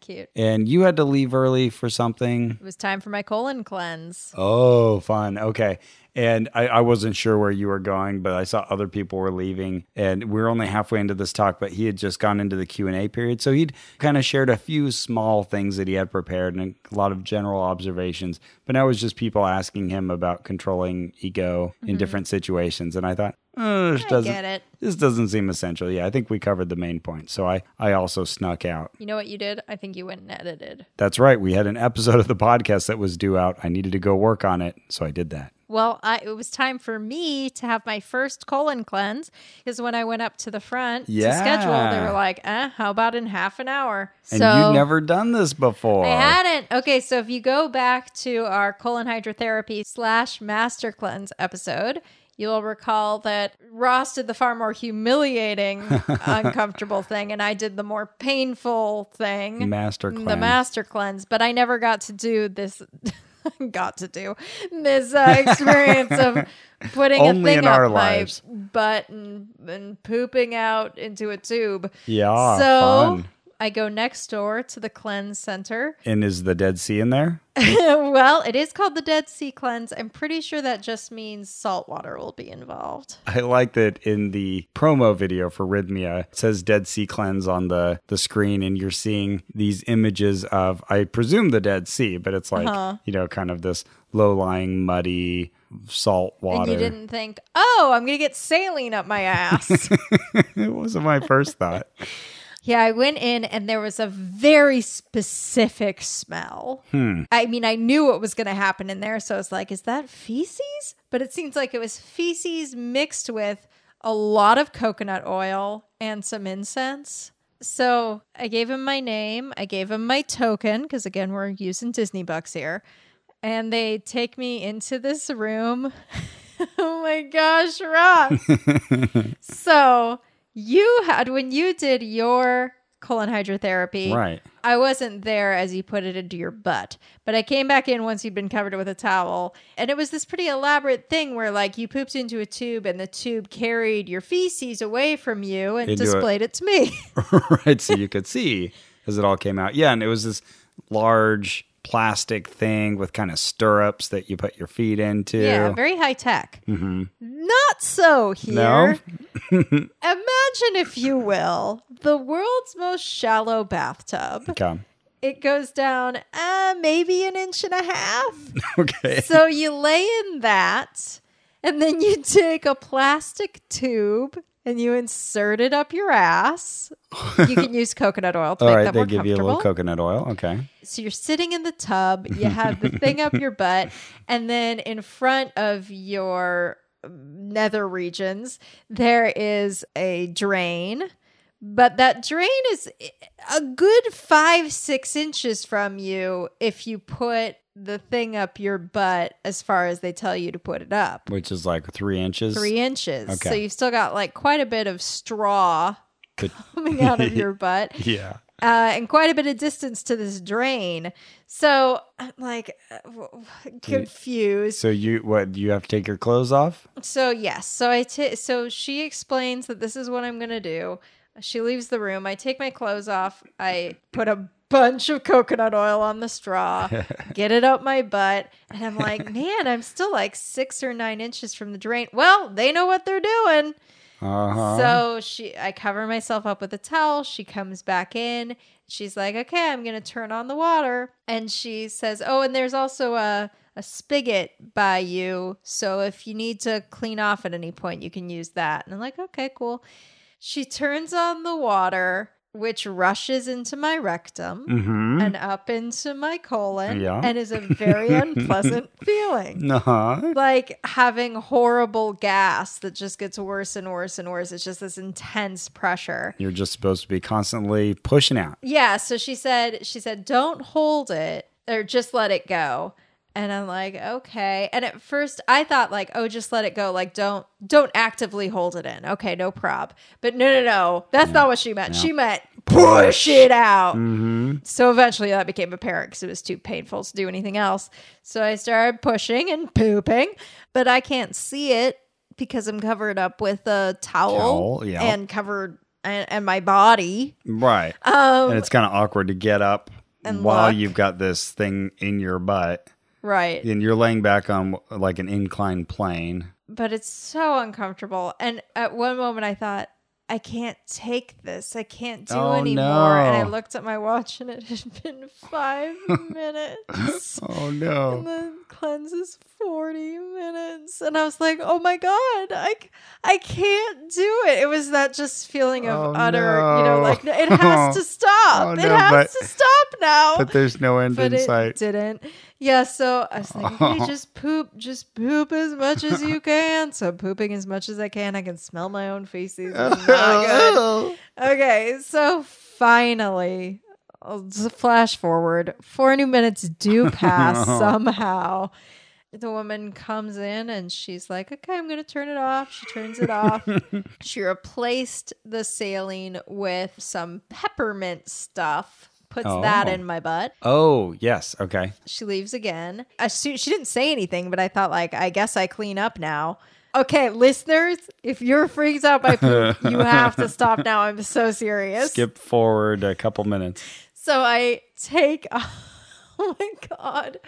B: Cute.
A: And you had to leave early for something.
B: It was time for my colon cleanse.
A: Oh, fun. Okay. And I, I wasn't sure where you were going, but I saw other people were leaving and we are only halfway into this talk, but he had just gone into the Q and A period. So he'd kind of shared a few small things that he had prepared and a lot of general observations, but now it was just people asking him about controlling ego in different situations. And I thought, oh, this doesn't,
B: Mm-hmm. get it.
A: this doesn't seem essential. Yeah. I think we covered the main point. So I, I also snuck out.
B: You know what you did? I think you went and edited.
A: That's right. We had an episode of the podcast that was due out. I needed to go work on it. So I did that.
B: Well, I, it was time for me to have my first colon cleanse because when I went up to the front to schedule, they
A: Yeah.
B: were like, eh, how about in half an hour?
A: And you've never done this before.
B: I hadn't. Okay, so if you go back to our colon hydrotherapy slash master cleanse episode, you'll recall that Ross did the far more humiliating, uncomfortable thing, and I did the more painful thing,
A: Master
B: the
A: cleanse.
B: master cleanse. But I never got to do this. got to do this uh, experience of putting a
A: Only
B: thing
A: in our
B: up my
A: lives.
B: butt and, and pooping out into a tube.
A: Yeah,
B: So
A: fun.
B: I go next door to the cleanse center.
A: and is the Dead Sea in there?
B: well, it is called the Dead Sea Cleanse. I'm pretty sure that just means salt water will be involved.
A: I like that in the promo video for Rhythmia, it says Dead Sea Cleanse on the, the screen, and you're seeing these images of, I presume, the Dead Sea, but it's like,
B: Uh-huh.
A: you know, kind of this low lying, muddy salt
B: And
A: water.
B: you didn't think, oh, I'm going to get saline up my ass.
A: it wasn't my first thought.
B: Yeah, I went in and there was a very specific smell. I mean, I knew what was going to happen in there. So I was like, is that feces? But it seems like it was feces mixed with a lot of coconut oil and some incense. So I gave him my name. I gave him my token because, again, we're using Disney bucks here. And they take me into this room. oh my gosh, Rob. So you had when you did your colon hydrotherapy,
A: Right.
B: I wasn't there as you put it into your butt, but I came back in once you'd been covered with a towel, and it was this pretty elaborate thing where like you pooped into a tube, and the tube carried your feces away from you and
A: Into a-
B: displayed it to me.
A: right? So you could see as it all came out. Yeah, and it was this large plastic thing with kind of stirrups that you put your feet into.
B: yeah, very high tech. Not so here.
A: Mm-hmm. no,
B: Imagine, if you will, the world's most shallow bathtub.
A: okay,
B: It goes down uh, maybe an inch and a half.
A: okay,
B: so you lay in that, and then you take a plastic tube and you insert it up your ass. You can use coconut oil to
A: all
B: make
A: right.
B: that
A: They
B: more
A: give you a
B: comfortable.
A: little coconut oil. Okay,
B: so you're sitting in the tub, you have the thing up your butt, and then in front of your um, nether regions, there is a drain. But that drain is eh, a good five, six inches from you if you put the thing up your butt as far as they tell you to put it up
A: which is like three inches.
B: three inches.
A: Okay.
B: So you've still got like quite a bit of straw
A: But-
B: coming out of your butt
A: Yeah.
B: uh, and quite a bit of distance to this drain. So I'm like uh, w- w- confused.
A: So you what? You have to take your clothes off.
B: So yes, so I ta- so she explains that this is what I'm gonna do. She leaves the room. I take my clothes off. I put a bunch of coconut oil on the straw, get it up my butt, and I'm like, man, I'm still like six or nine inches from the drain. Well, they know what they're doing.
A: Uh huh.
B: So she, I cover myself up with a towel. She comes back in. She's like, "Okay, I'm gonna turn on the water." And she says, "Oh, and there's also a a spigot by you, so if you need to clean off at any point, you can use that." And I'm like, "Okay, cool." She turns on the water, which rushes into my rectum
A: mm-hmm.
B: and up into my colon,
A: Yeah.
B: and is a very unpleasant feeling
A: Uh-huh.
B: like having horrible gas that just gets worse and worse and worse. It's just this intense pressure.
A: You're just supposed to be constantly pushing out.
B: Yeah, so she said she said don't hold it or just let it go. And I'm like, okay. And at first I thought like, oh, just let it go. Like don't don't actively hold it in. Okay, no prob. But no no no. That's not what she meant. She meant push it out.
A: Mm-hmm.
B: So eventually that became apparent because it was too painful to do anything else. So I started pushing and pooping, but I can't see it because I'm covered up with a towel,
A: Towel, yeah.
B: and covered and, and my body.
A: Right.
B: Um,
A: and it's kind of awkward to get up
B: And
A: while
B: look.
A: you've got this thing in your butt
B: right.
A: and you're laying back on like an inclined plane.
B: But it's so uncomfortable. And at one moment I thought, I can't take this. I can't do
A: Oh,
B: anymore. And I
A: no.
B: looked at my watch and it had been five minutes.
A: Oh no.
B: and the cleanse is 40 minutes and i was like oh my god i, c- I can't do it it was that just feeling of
A: Oh,
B: utter you know
A: no.
B: like it has to stop
A: Oh,
B: it
A: no,
B: has
A: but-
B: to stop now
A: But there's no end
B: but
A: in
B: it
A: sight.
B: didn't yeah so i was like
A: Oh.
B: okay just poop just poop as much as you can so I'm pooping as much as i can i can smell my own feces It's not good okay, so finally, I'll just flash forward. Four new minutes do pass somehow. The woman comes in and she's like, okay, I'm going to turn it off. She turns it off. she replaced the saline with some peppermint stuff, puts that
A: Oh.
B: in my butt.
A: Oh, yes. Okay.
B: She leaves again. I su- she didn't say anything, but I thought, like, I guess I clean up now. Okay, listeners, if you're freaked out by poop, you have to stop now. I'm so serious.
A: Skip forward a couple minutes.
B: So I take, oh my God,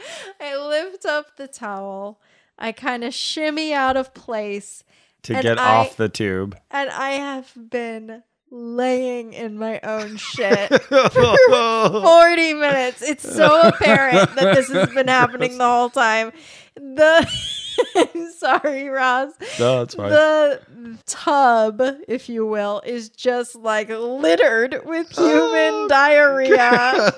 B: I lift up the towel. I kind of shimmy out of place,
A: to
B: And
A: get
B: I-
A: off the tube.
B: and I have been laying in my own shit.
A: oh
B: 40 minutes. It's so apparent that this has been happening the whole time. The I'm sorry, Ross.
A: No, that's
B: The tub, if you will, is just like littered with
A: Oh,
B: human diarrhea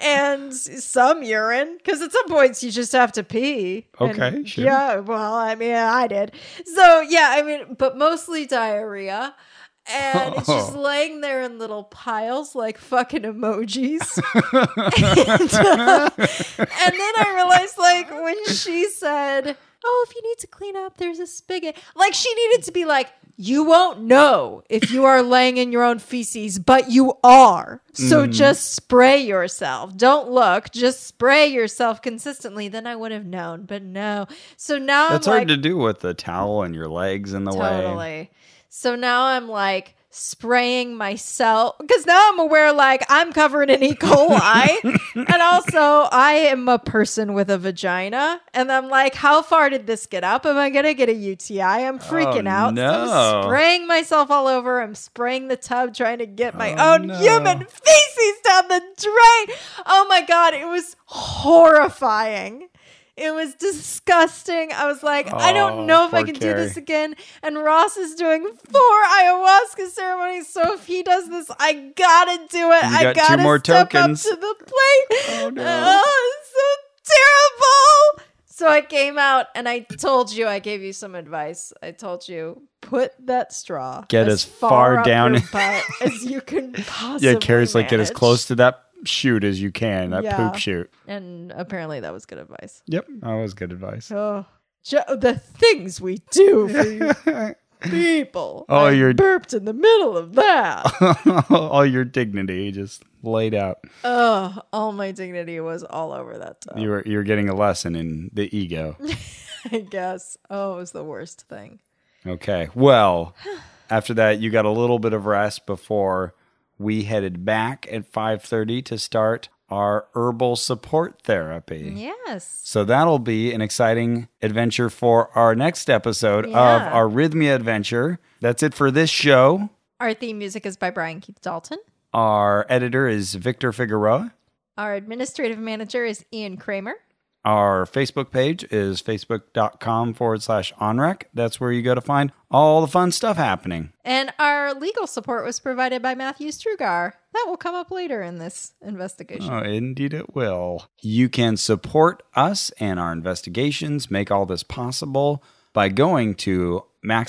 B: and s- some urine. Because at some points you just have to pee. And
A: Okay, sure.
B: Yeah. Well, I mean, I did. So yeah, I mean, but mostly diarrhea. And it's just
A: Oh.
B: laying there in little piles like fucking emojis. and, uh, and then I realized, like, when she said, Oh, if you need to clean up, there's a spigot. Like, she needed to be like, You won't know if you are laying in your own feces, but you are. So
A: Mm.
B: just spray yourself. Don't look. Just spray yourself consistently. Then I would have known, but no. So now
A: That's
B: I'm
A: hard to
B: like,
A: do with the towel and your legs in the way.
B: Totally. So now I'm like spraying myself because now I'm aware like I'm covered in E. coli. and also I am a person with a vagina. And I'm like, how far did this get up? Am I gonna get a UTI? I'm freaking
A: Oh,
B: out. So
A: no.
B: I'm spraying myself all over. I'm spraying the tub trying to get my
A: Oh,
B: own
A: no.
B: human feces down the drain. Oh my god, it was horrifying. It was disgusting. I was like, I
A: Oh,
B: don't know if I
A: poor
B: can do
A: Carrie.
B: this again. And Ross is doing four ayahuasca ceremonies. So if he does this, I gotta do it.
A: You
B: I
A: got two
B: gotta
A: more
B: step
A: tokens.
B: up to the plate.
A: Oh, no.
B: Oh, it's so terrible. So I came out and I told you, I gave you some advice. I told you, put that straw
A: Get as far
B: up
A: down-
B: your butt as you can possibly.
A: Yeah, Carrie's like get as
B: manage."
A: close to that shoot as you can, that
B: Yeah.
A: poop shoot.
B: And apparently, that was good advice.
A: Yep, that was good advice.
B: Oh, Joe, the things we do for you people.
A: Oh,
B: I
A: you're-
B: burped in the middle of that.
A: All your dignity just laid out.
B: Ugh, all my dignity was all over that time.
A: You were you're getting a lesson in the ego.
B: I guess. Oh, it was the worst thing.
A: Okay. Well, after that, you got a little bit of rest before we headed back at 5:30 to start our herbal support therapy.
B: Yes.
A: So that'll be an exciting adventure for our next episode of
B: Yeah.
A: our Rhythmia adventure. That's it for this show.
B: Our theme music is by Brian Keith Dalton.
A: Our editor is Victor Figueroa.
B: Our administrative manager is Ian Kramer.
A: Our Facebook page is facebook.com forward slash onrec. That's where you go to find all the fun stuff happening.
B: And our legal support was provided by Matthew Strugar. That will come up later in this investigation.
A: Oh, indeed it will. You can support us and our investigations, make all this possible by going to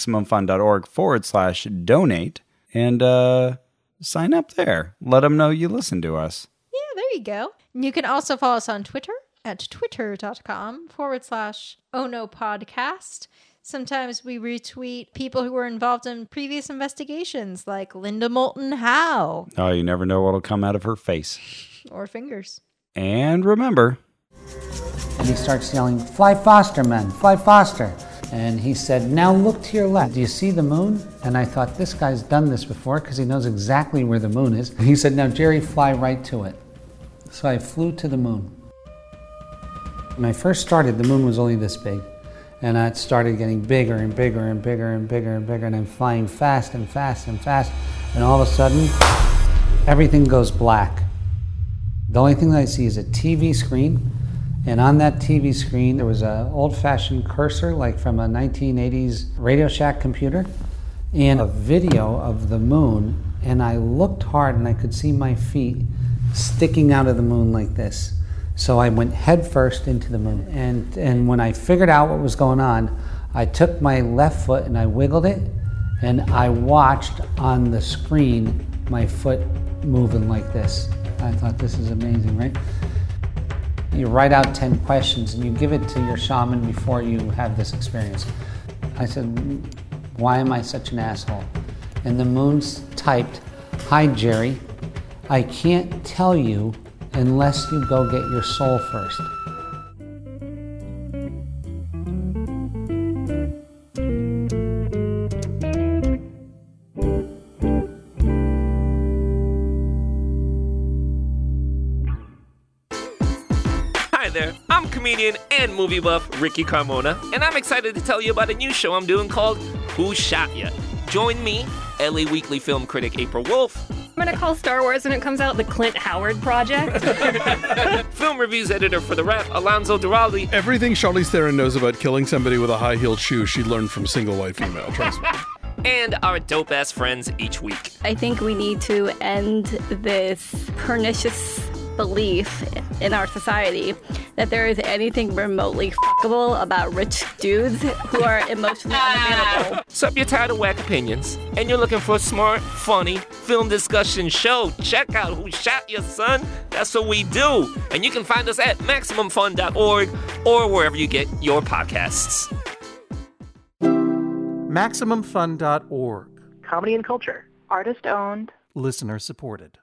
A: MaximumFun.org forward slash donate and uh, sign up there. Let them know you listen to us.
B: Yeah, there you go. And you can also follow us on Twitter at twitter.com forward slash oh no podcast. Sometimes we retweet people who were involved in previous investigations like Linda Moulton Howe
A: Oh, you never know what'll come out of her face.
B: or Fingers.
A: And remember,
E: And he starts yelling, Fly Foster, men, fly Foster. And he said, Now look to your left. Do you see the moon? And I thought, This guy's done this before because he knows exactly where the moon is. He said, Now, Jerry, fly right to it. So I flew to the moon. When I first started, the moon was only this big. And it started getting bigger and bigger and bigger and bigger and bigger. And I'm flying fast and fast and fast. And all of a sudden, everything goes black. The only thing that I see is a TV screen, and on that TV screen there was an old-fashioned cursor, like from a 1980s Radio Shack computer, and a video of the moon. And I looked hard, and I could see my feet sticking out of the moon like this. So I went headfirst into the moon, and and when I figured out what was going on, I took my left foot and I wiggled it, and I watched on the screen my foot moving like this. I thought this is amazing, right? You write out 10 questions and you give it to your shaman before you have this experience. I said, Why am I such an asshole? And the moon's typed, Hi, Jerry. I can't tell you unless you go get your soul first.
F: Hi there, I'm comedian and movie buff Ricky Carmona, and I'm excited to tell you about a new show I'm doing called Who Shot Ya? Join me, LA Weekly film critic April Wolf,
G: I'm gonna call Star Wars when it comes out the Clint Howard Project.
F: Film reviews editor for The Wrap, Alonzo Duraldi.
H: Everything Charlize Theron knows about killing somebody with a high heeled shoe, she learned from single white female. Trust me.
F: and our dope ass friends each week.
G: I think we need to end this pernicious belief in our society that there is anything remotely fuckable about rich dudes who are emotionally unavailable.
F: So if you're tired of whack opinions and you're looking for a smart, funny film discussion show, check out Who Shot Your Son. That's what we do. And you can find us at MaximumFun.org or wherever you get your podcasts.
I: MaximumFun.org.
J: comedy and culture.
K: Artist owned.
I: Listener supported.